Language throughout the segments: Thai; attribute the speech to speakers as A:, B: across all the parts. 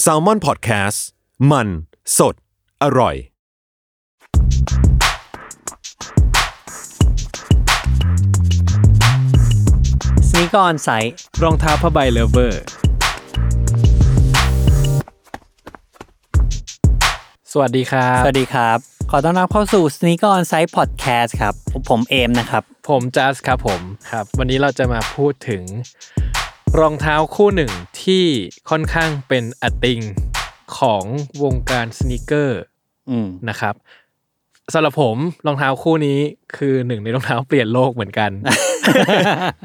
A: แซลมอนพอดแคสต์มันสดอร่อย
B: สนิกออนไซต์
C: รองเท้าผ้าใบเลเวอร์ สวัสดีครับ
B: สวัสดีครับ ขอต้อนรับเข้าสู่สนิกออนไซต์พอดแคสต์ครับ ผมเอมนะครับ
C: ผมจัสครับผมครับ วันนี้เราจะมาพูดถึง รองเท้าคู่หนึ่งที่ค่อนข้างเป็นอติงของวงการสนิเกอร์
B: อืม
C: นะครับสำหรับผมรองเท้าคู่นี้คือหนึ่งในรองเท้าเปลี่ยนโลกเหมือน กัน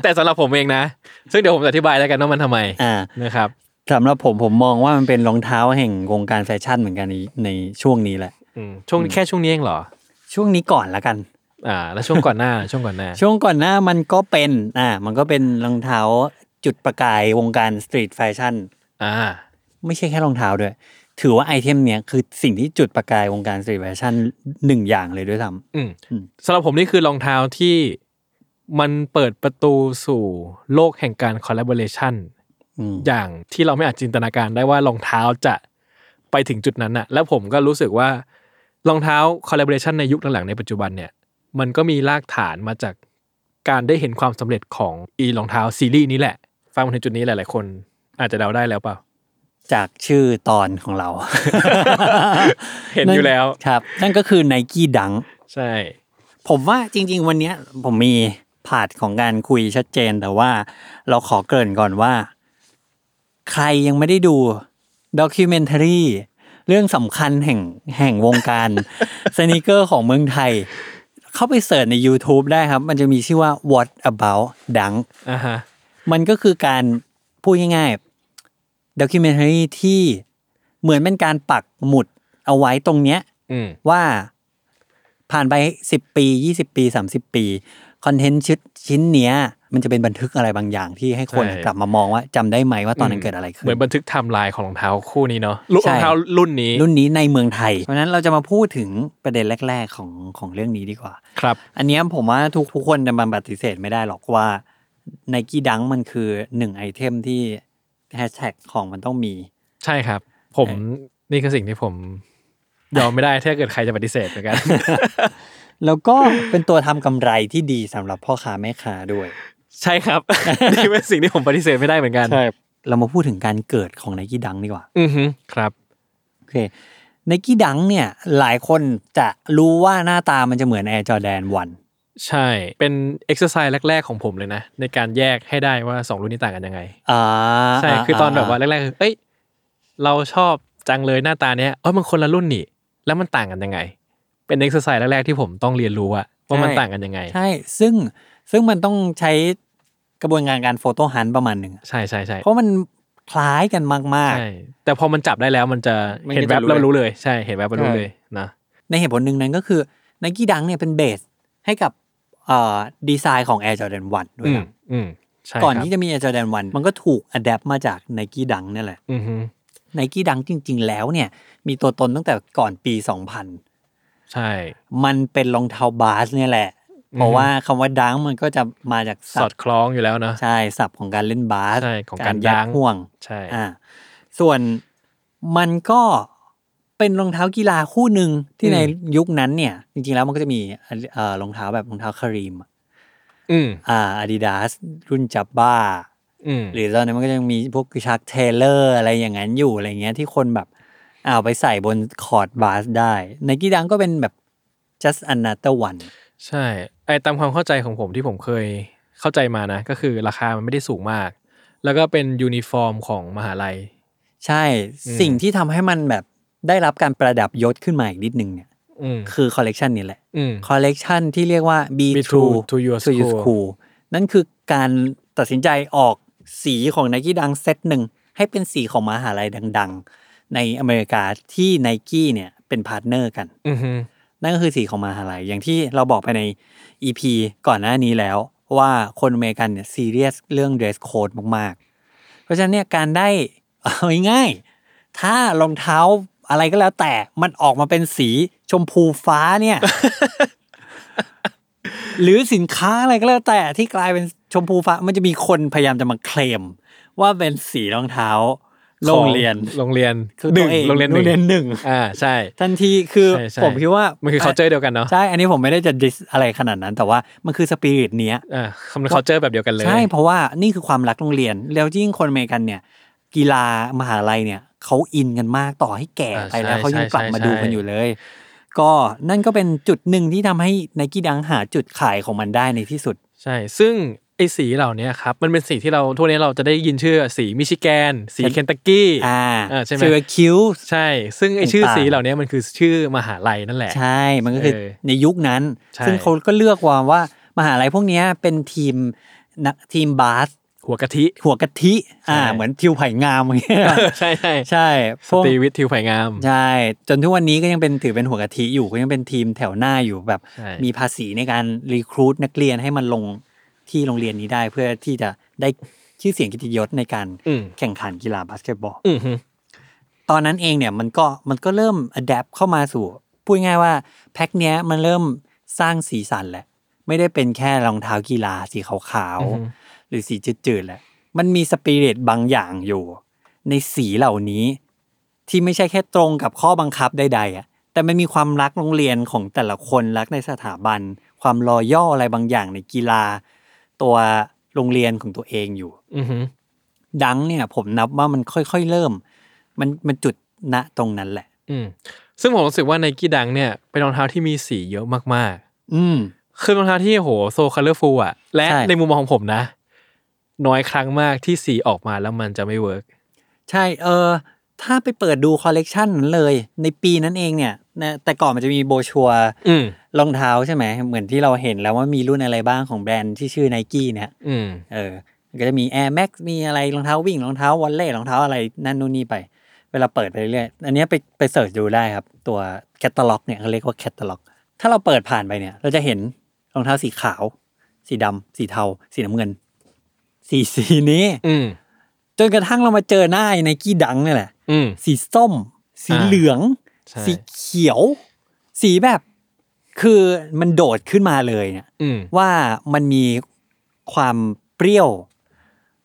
C: แต่สำหรับผมเองนะ ซึ่งเดี๋ยวผมจะอธิบายแล้วกันว่ามันทำไม
B: อ่า
C: นะครับ
B: สำหรับผมผมมองว่ามันเป็นรองเท้าแห่งวงการแฟชั่นเหมือนกันในในช่วงนี้แหละ
C: อืมช่วงแค่ช่วงนี้เองเหรอ
B: ช่วงนี้ก่อนละกัน
C: อ่า แล้วช่วงก่อนหน้า ช่วงก่อนหน้า
B: ช่วงก่อนหน้ามันก็เป็นอ่ามันก็เป็นรองเท้าจุดประกายวงการสตรีทแฟชั่น
C: อ่า
B: ไม่ใช่แค่รองเท้าด้วย ถือว่าไอเทมเนี้ยคือสิ่งที่จุดประกายวงการสตรีทแฟชั่นหนึ่งอย่างเลยด้วยซ้
C: อืม
B: อืม
C: สำหรับผมนี่คือรองเท้าที่มันเปิดประตูสู่โลกแห่งการคอลล a บอ r a t ชัน
B: ำอืม
C: อย่างที่เราไม่อาจจินตนาการได้ว่ารองเท้าจะไปถึงจุดนั้นน่ะ แล้วผมก็รู้สึกว่ารองเท้าคอลล a บอ r a t ชันในยุคหลังๆในปัจจุบันเนี่ยมันก็มีรากฐานมาจากการได้เห็นความสำเร็จของอีรองเท้าซีรีส์นี้แหละ ฟังมาถึงจุดนี้หลายๆ คนอาจจะเดาได้แล้วเปล่า
B: จากชื่อตอนของเรา
C: เห็นอยู่แล้ว
B: ครับ นั่นก็คือไนกี้ดัง
C: ใช่
B: ผมว่าจริง ๆ วันเนี้ยผมมีพาดของการคุยชัดเจน แต่ว่าเราขอเกริ่นก่อนว่า ใครยังไม่ได้ดูด็อกิเมนทารีเรื่องสำคัญแห่งแห่งวงการ สนิเกอร์ของเมืองไทย เข้าไปเสิร์ชใน YouTube ได้ครับ มันจะมีชื่อว่า What About Dunk
C: อ่าฮะ
B: มันก็คือการพูดง่ายๆด็อกิเมนทารีที่เหมือนเป็นการปักหมุดเอาไว้ตรงเนี้ย
C: อืม
B: ว่าผ่านไปสิบปียี่สิบปีสามสิบปีคอนเทนต์ชิ้นชิ้นเนี้ย มันจะเป็นบันทึกอะไรบางอย่างที่ให้คน
C: ใช่
B: กลับมามองว่าจำได้ไหมว่าตอนนั้นเกิดอะไรขึ้
C: เหมือน
B: น
C: บันทึกไทม์ไลน์ของรองเท้าคู่นี้เนาะรุ่น
B: ใช่
C: รองเท้ารุ่นนี้
B: รุ่นนี้ในเมืองไทย เพราะฉะนั้นเราจะมาพูดถึงประเด็นแรก ๆ ของของเรื่องนี้ดีกว่า
C: ครับ
B: อันเนี้ยผมว่าทุกทุกคนจะมาปฏิเสธไม่ได้หรอกว่าไนกี้ดังมันคือหนึ่งไอเทมที่แฮชแท็กของมันต้องมี
C: ใช่ครับ ผมนี่คือสิ่งที่ผมยอมไม่ได้ ถ้าเกิดใครจะปฏิเสธเหมือนกัน
B: แล้วก็เป็นตัวทำกำไรที่ดีสำหรับพ่อค้าแม่ค้าด้วย
C: ใช่ครับ นี่เป็นสิ่งที่ผมปฏิเสธไม่ได้เหมือนกัน
B: เรามาพูดถึงการเกิดของไนกี้ดังดีกว่า
C: อือฮึครับ
B: โอเคไนกี้ดังเนี่ยหลายคนจะรู้ว่าหน้าตามันจะเหมือนแอร์จอแดนวัน
C: ใช่เป็นเอ็กซ์ไซส์แรก ๆ ของผมเลยนะ ในการแยกให้ได้ว่าสองรุ่นนี้ต่างกันยังไง
B: อ่า
C: ใช่คือตอนแบบว่าแรกๆคือเอ้ยเราชอบจังเลยหน้าตาเนี้ยเอ้ยมันคนละรุ่นนี่ แล้วมันต่างกันยังไง เป็นเอ็กซ์ไซส์แรกๆที่ผมต้องเรียนรู้อะว่ามันต่างกันยังไง
B: ใช่ซึ่งซึ่งมันต้องใช้กระบวนการการโฟโต้ฮันต์ประมาณหนึ่งอะ
C: ใช่ใช่ใช่
B: เพราะมันคล้ายกันมาก
C: ใช่แต่พอมันจับได้แล้วมันจะ
B: มันก็
C: เห็นแวบ
B: จะรู้
C: แล้วมัน
B: เลย
C: รู้เลยใช่เห็นแวบแล้วรู้เลยนะ
B: ๆ ในเหตุผลหนึ่งนั้นก็คือไนกี้ดังเนี่ยเป็นเบสให้กับเอ่อดีไซน์ของแอร์จอแดนวันด้วย
C: อืม
B: นะ
C: อืมใช่
B: ก่อน
C: ครับ
B: ที่จะมีแอร์จอแดนวันมันก็ถูกอัดแอปมาจากไนกี้ดังนี่แหละ
C: อือฮึ
B: ไนกี้ดังจริง ๆ แล้วเนี่ย มีตัวตนตั้งแต่ก่อนปี 2000
C: ใช่
B: มันเป็นรองเท้าบาสเนี่ยแหละ เพราะว่าคำว่าดังมันก็จะมาจาก
C: สอดคล้องอยู่แล้วเนอะ
B: ใช่ศัพท์ของการเล่นบาส
C: ใช่ของการ
B: ยั
C: ดั
B: ด
C: ง
B: ห่วง
C: ใช่
B: อ่าส่วนมันก็เป็นรองเท้ากีฬาคู่หนึ่งที่ในยุคนั้นเนี่ย จริง ๆ แล้วมันก็จะมีเอ่อรองเท้าแบบรองเท้าคารีม
C: อืม
B: อ่าอาดิดาสรุ่นจับบ้า
C: อืม
B: หรือตอนนั้นมันก็ยังมีพวกชักเทเลอร์อะไรอย่างนั้นอยู่อะไรเงี้ยที่คนแบบเอาไปใส่บนคอร์ดบาสได้ไนกี้ดังก็เป็นแบบ just another one
C: ใช่ไอตามความเข้าใจของผมที่ผมเคยเข้าใจมานะ ก็คือราคามันไม่ได้สูงมาก แล้วก็เป็นยูนิฟอร์มของมหาลัย
B: ใช่
C: อืม
B: สิ่งที่ทำให้มันแบบได้รับการประดับยศขึ้นมาอีกนิดนึงเนี่ย
C: อืม
B: คือคอลเลกชันนี้แหละ
C: อืม
B: คอลเลกชันที่เรียกว่า be
C: Be
B: true
C: true to your school
B: school นั่นคือการตัดสินใจออกสีของไนกี้ดังเซตหนึ่ง ให้เป็นสีของมหาลัยดัง ๆ ในอเมริกาที่ไนกี้เนี่ยเป็นพาร์ทเนอร์กัน
C: อือฮึ
B: นั่นก็คือสีของมหาลัยอย่างที่เราบอกไปใน EP ก่อนหน้านี้แล้ว ว่าคนอเมริกันเนี่ยซีเรียสเรื่อง dress code มาก ๆ เพราะฉะนั้นเนี่ยการได้ เอาง่ายๆถ้ารองเท้าอะไรก็แล้วแต่มันออกมาเป็นสีชมพูฟ้าเนี่ย หรือสินค้าอะไรก็แล้วแต่ที่กลายเป็นชมพูฟ้ามันจะมีคนพยายามจะมาเคลม ว่าเป็นสีรองเท้าโรงเรียน
C: ของโรงเรียน
B: คือ
C: ห
B: ตั
C: นึ่
B: ว
C: ง
B: เอง
C: โรงเรียนหนึ่ง
B: หนึ่ง
C: อ่าใช่
B: ทันทีคือ
C: ใช่ใช่
B: ผมคิดว่า
C: มั
B: มัน
C: คือ culture เดียวกันเนาะ
B: ใช่ อันนี้ผมไม่ได้จะดิสอะไรขนาดนั้น แต่ว่ามันคือสปิริตเนี้ย
C: อ่าคำ culture แบบเดียวกันเลย
B: ใช่เพราะว่านี่คือความรักโรงเรียน แล้วยิ่งคนอเมริกันเนี่ย กีฬามหาลัยเนี่ยเขาอินกันมากต่อให้แก่ไปแล้วเขายังกลับมาดูกันอยู่เลย ก็นั่นก็เป็นจุดหนึ่งที่ทำให้ไนกี้ดังหาจุดขายของมันได้ในที่สุด
C: ใช่ ซึ่งไอ้สีเหล่านี้ครับ มันเป็นสีที่เราทั่วนี้เราจะได้ยินชื่อสีมิชิแกน สี
B: ใช่
C: เคนตักกี้
B: อ่า
C: อ่าใช่ไหม
B: เซอร์คิว
C: ใช่ ซึ่งไอ้ชื่อ
B: ต่างๆ
C: สีเหล่านี้มันคือชื่อมหาลัยนั่นแหละ
B: ใช่ มันก็คือ
C: เออ
B: ในยุคนั้น
C: ใช่
B: ซึ่งเขาก็เลือกว่าว่ามหาลัยพวกเนี้ยเป็นทีมนักทีมบาส
C: หัวกะทิ
B: หัวกะทิ อ่า
C: ใช่
B: เหมือนทิวไผ่งามอย่างเงี้ย
C: ใช่ใช่
B: ใช่พ
C: ส
B: วก
C: ตรีวิทย์ทิวไผ่งาม
B: ใช่ จนทุกวันนี้ก็ยังเป็นถือเป็นหัวกะทิอยู่ก็ยังเป็นทีมแถวหน้าอยู่แบบ
C: ใช่
B: มีภาษีในการรีครูทนักเรียนให้มันลงที่โรงเรียนนี้ได้เพื่อที่จะได้ชื่อเสียงกิตติยศในการ
C: อืม
B: แข่งขันกีฬาบาสเกตบอล
C: อือฮึ
B: ตอนนั้นเองเนี่ยมันก็มันก็เริ่มอัดแอปเข้ามาสู่ พูดง่ายๆว่าแพ็คเนี้ยมันเริ่มสร้างสีสันแหละ ไม่ได้เป็นแค่รองเท้ากีฬาสีขาว
C: อือฮึ
B: ๆ หรือสีจืดๆแหละ มันมีสปิริตบางอย่างอยู่ ในสีเหล่านี้ ที่ไม่ใช่แค่ตรงกับข้อบังคับใดๆอ่ะ แต่มันมีความรักโรงเรียนของแต่ละคนรักในสถาบัน ความรอย่ออะไรบางอย่างในกีฬา ตัวโรงเรียนของตัวเองอยู่
C: อือฮึ
B: ดังเนี่ยผมนับว่ามันค่อยๆเริ่ม มันมันจุดณตรงนั้นแหละ
C: อืมซึ่งผมรู้สึกว่าไนกี้ดังเนี่ยเป็นรองเท้าที่มีสีเยอะมาก
B: อืม
C: ๆ คือรองเท้าที่โหโซคัลเลอร์ฟูอ่ะ และ
B: ใช่
C: ในมุมมองของผมนะ น้อยครั้งมากที่สีออกมาแล้วมันจะไม่เวิร์ก
B: ใช่ เออ ถ้าไปเปิดดูคอลเลกชันนั้นเลย ในปีนั้นเองเนี่ยนะแต่ก่อนมันจะมีโบรชัวร์
C: อืม
B: รองเท้าใช่ไหม เหมือนที่เราเห็นแล้วว่ามีรุ่นอะไรบ้างของแบรนด์ที่ชื่อไนกี้เนี่ย
C: อืม
B: เออมันก็จะมี Air Max มีอะไรรองเท้าวิ่งรองเท้าวอลเล่รองเท้าอะไรนั่นนู่นนี่ไป เวลาเปิดไปเรื่อยๆอันเนี้ยไปไปเสิร์ชดูได้ครับ ตัวแคตตาล็อกเนี่ยเขาเรียกว่าแคตตาล็อกถ้าเราเปิดผ่านไปเนี่ย เราจะเห็นรองเท้าสีขาว สีดำสีเทา สีน้ำเงิน สีสีนี้
C: อืม
B: จนกระทั่งเรามาเจอหน้าไนกี้ดังเนี่ยแหละ
C: อืม
B: สีส้ม สี
C: อ่า
B: เหลือง
C: ใช่
B: สีเขียว สีแบบคือมันโดดขึ้นมาเลยเนี่ย
C: อืม
B: ว่ามันมีความเปรี้ยว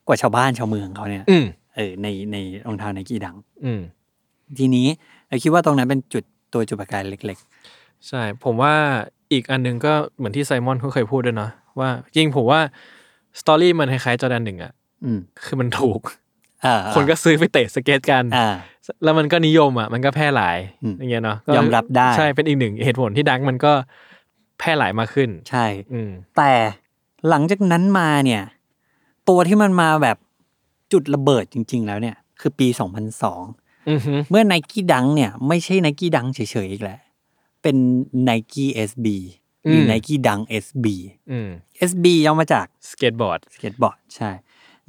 B: กว่าชาวบ้านชาวเมืองเขาเนี่ย
C: อืม
B: เออในในรองเท้าไนกี้ดัง
C: อืม
B: ทีนี้เราคิดว่าตรงนั้นเป็นจุดตัวจุดประกายเล็ก
C: ใช่ ผมว่าอีกอันหนึงก็เหมือนที่ไซมอนเขาเคยพูดด้วยเนาะว่าจริงผมว่าสตอรี่มันคล้ายๆจอแดนหนึ่งอะ
B: ๆ อืม
C: คือมันถูก
B: อ่า
C: คนก็ซื้อไปเตะสเก็ตกัน
B: อ่า
C: แล้วมันก็นิยมอ่ะมันก็แพร่หลาย
B: อืม
C: อย่างเงี้ยเนาะก็
B: ยอมรับได้
C: ใช่เป็นอีกหนึ่งเหตุผลที่ดังมันก็แพร่หลายมากขึ้น
B: ใช่
C: อืม
B: แต่หลังจากนั้นมาเนี่ย ตัวที่มันมาแบบจุดระเบิดจริง ๆ แล้วเนี่ย คือปี 2002
C: อือฮึ
B: เมื่อไนกี้ดังเนี่ยไม่ใช่ไนกี้ดังเฉยๆอีกแล้ว เป็นไนกี้เอสบีหรือไนกี้ดังเอสบี
C: อืม
B: เอสบีย่อมาจาก
C: สเก็ตบอร์ด
B: สเก็ตบอร์ดใช่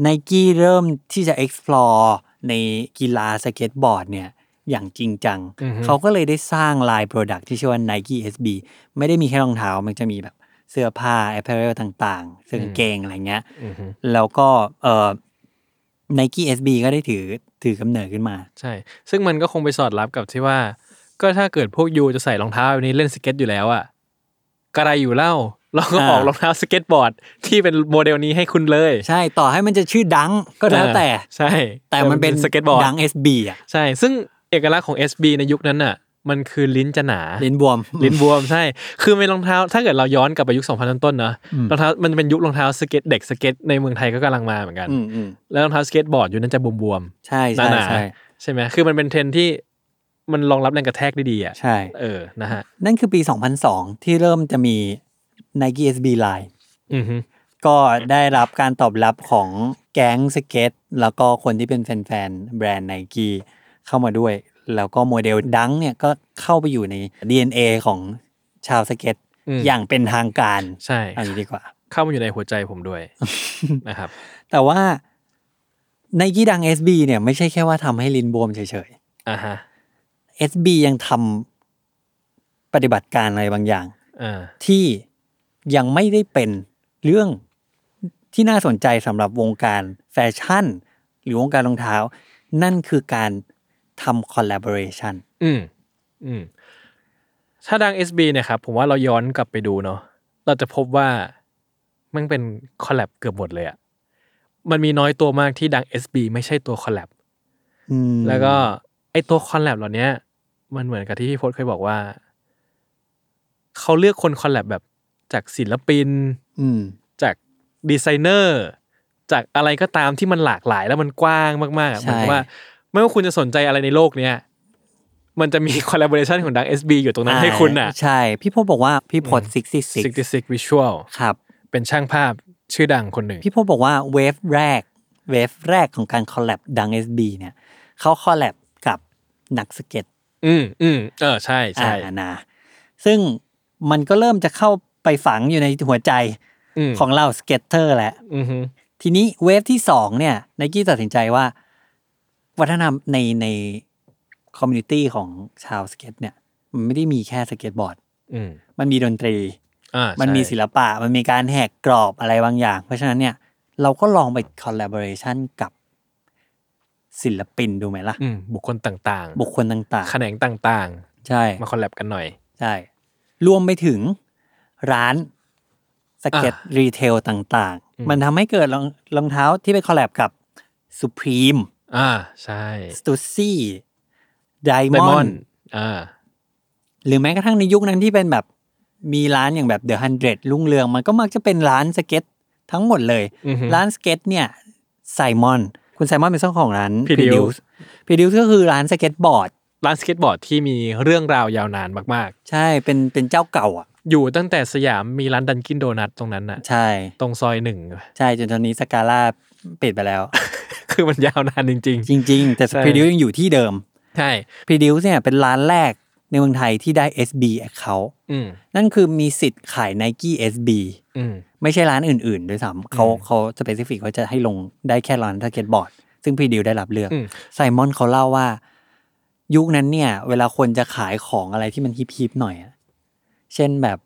B: ไนกี้เริ่มที่จะ explore ในกีฬาสเก็ตบอร์ดเนี่ยอย่างจริงจัง
C: อือฮึ
B: เขาก็เลยได้สร้างไลน์ Product ที่ชื่อว่า Nike SB ไม่ได้มีแค่รองเท้า มันจะมีแบบเสื้อผ้า apparel ต่างๆ เสื้อกางเกงอะไรเงี้ย
C: อือฮึ
B: แล้วก็เอ่อ Nike SB ก็ได้ถือถือกำเนิดขึ้นมา
C: ใช่ ซึ่งมันก็คงไปสอดรับกับที่ว่า ก็ถ้าเกิดพวกยูจะใส่รองเท้าแบบนี้เล่นสเก็ตอยู่แล้วอ่ะกระไรอยู่เล่าเราก็
B: อ่า
C: ออกรองเท้าสเก็ตบอร์ด ที่เป็นโมเดลนี้ให้คุณเลย
B: ใช่ต่อให้มันจะชื่อดังก็แล้วแต่
C: อ่าใช่
B: แต่มันเป็น
C: สเก็ตบอร์ด
B: ดัง SB อ่ะ
C: ใช่ ซึ่งเอกลักษณ์ของ SB ในยุคนั้นอ่ะ มันคือลิ้นจะหนา
B: ลิ้นบวม
C: ลิ้นบวมใช่ คือเป็นรองเท้า ถ้าเกิดเราย้อนกลับไปยุค 2000 ต้นๆเนอะ
B: อืม
C: รองเท้ามันเป็นยุครองเท้าสเก็ตเด็กสเก็ตในเมืองไทยก็กำลังมาเหมือนกัน
B: อืมอืม
C: แล้วรองเท้าสเก็ตบอร์ดอยู่นั้นจะบวม
B: ใช่
C: ห
B: ใช่
C: นาๆ
B: ใช่
C: ๆ ใช่ไหม คือมันเป็นเทรนด์ที่มันรองรับแรงกระแทกได้ดีอ่ะ
B: ใช่
C: เออ นะฮะ
B: นั่นคือปี 2002 ที่เริ่มจะมี Nike SB Line
C: อือฮึ
B: ก็ได้รับการตอบรับของแก๊งสเก็ต แล้วก็คนที่เป็นแฟนๆแบรนด์ Nike เข้ามาด้วย แล้วก็โมเดลดังเนี่ยก็เข้าไปอยู่ใน DNA ของชาวสเก็ต
C: ม
B: อย่างเป็นทางการ
C: ใช่
B: เอันนี้ดีกว่า
C: เข้ามาอยู่ในหัวใจผมด้วย นะครับ
B: แต่ว่า ในกี้ดัง SB เนี่ยไม่ใช่แค่ว่าทำให้ลิ้นบวมเฉย
C: อ่าฮะ
B: ๆ SB ยังทำปฏิบัติการอะไรบางอย่าง
C: อ่า
B: ที่ยังไม่ได้เป็นเรื่องที่น่าสนใจสำหรับวงการแฟชั่น หรือวงการรองเท้า นั่นคือการทำ collaboration
C: อืมอืมถ้าดัง SB เนี่ยครับผมว่าเราย้อนกลับไปดูเนาะเราจะพบว่ามันเป็นคอลแลบเกือบหมดเลยอะมันมีน้อยตัวมากที่ดัง SB ไม่ใช่ตัวคอลแลบ
B: อืม
C: แล้วก็ไอตัวคอลแลบเหล่าเนี้ย มันเหมือนกับที่พี่พจน์เคยบอกว่า เขาเลือกคนคอลแลบแบบจากศิลปิน
B: อืม
C: จากดีไซเนอร์ จากอะไรก็ตามที่มันหลากหลายแล้วมันกว้างมากๆอะ
B: ใช่
C: เหมือนกับว่า ไม่ว่าคุณจะสนใจอะไรในโลกเนี้ยมันจะมี คอลแลบ o r a t i o n ของดัง SB อยู่ตรงนั้นให้คุณน่ะ
B: ใช่ พี่พจน์บอกว่าพี่พจน์ซิกซิซิก
C: 66 Visual
B: ครับ
C: เป็นช่างภาพชื่อดังคนหนึ่ง
B: พี่พจน์บอกว่าเวฟแรก เวฟแรกของการคอลแลบดัง SB เนี่ยเขาคอลแลบกับนักสเก็ต
C: อืมอืมเออใช่ใช่
B: อ่านะซึ่งมันก็เริ่มจะเข้าไปฝังอยู่ในหัวใจ
C: ม
B: ของเราสเก็ตเตอร์แหละ
C: อือฮึ
B: ทีนี้เวฟที่สองเนี่ยไนกี้ตัดสินใจว่า วัฒนธรรมในในคอมมูนิตี้ของชาวสเก็ตเนี่ย มันไม่ได้มีแค่สเก็ตบอร์ด
C: อืม
B: มันมีดนตรี
C: อ่ามั
B: มันมีศิลปะ มันมีการแหกกรอบอะไรบางอย่าง เพราะฉะนั้นเนี่ย เราก็ลองไปคอลแลบอร์เรชันกับศิลปินดูไหมล่ะ
C: อืมบุคคลต่างๆ
B: บุคคลต่าง
C: แขนงต่าง
B: ๆ ใช่
C: ๆ มาคอลแลบกันหน่อย
B: ใช่ รวมไปถึงร้านสเก็ตรีเทลต่าง
C: อืม
B: ๆ มันทำให้เกิดรองรองเท้าที่ไปคอลแลบกับ Supreme
C: อ่าใช่
B: s t u s s y
C: Diamond
B: Diamond
C: อ่า
B: หรือแม้กระทั่งในยุคนั้นที่เป็นแบบมีร้านอย่างแบบ The Hundred รุ่งเรือง มันก็มักจะเป็นร้านสเก็ตทั้งหมดเลย
C: อือฮึ
B: ร้านสเก็ตเนี่ยไซมอนคุณไซมอนเป็นเจ้าของร้าน
C: Pidius
B: พีดิวก็คือร้านสเก็ตบอร์ด
C: ร้านสเก็ตบอร์ดที่มีเรื่องราวยาวนานมาก
B: ใช่เป็นเป็นเจ้าเก่าอ่ะ
C: ๆ อยู่ตั้งแต่สยามมีร้านดันกินโดนัทตรงนั้นน่ะ
B: ใช่
C: ตรงซอยหนึ่ง
B: ใช่จนตอนนี้สกาล่าปิดไปแล้ว
C: คือมันยาวนานจริง
B: จริง ๆ แต่
C: ใช่
B: Produce ยังอยู่ที่เดิม
C: ๆ ใช่
B: Produce เนี่ยเป็นร้านแรกในเมืองไทยที่ได้ SB Account
C: อืม
B: นั่นคือมีสิทธิ์ขาย Nike SB
C: อืม
B: ไม่ใช่ร้านอื่น ๆ ด้วยซ้ำเขาเขาสเปซิฟิกเขาจะให้ลงได้แค่ร้านสเก็ตบอร์ด ซึ่งพีดิวได้รับเลือก
C: อืม
B: ไซมอนเขาเล่าว่า ยุคนั้นเนี่ย เวลาคนจะขายของอะไรที่มันฮิปๆหน่อยอะเช่นแบบ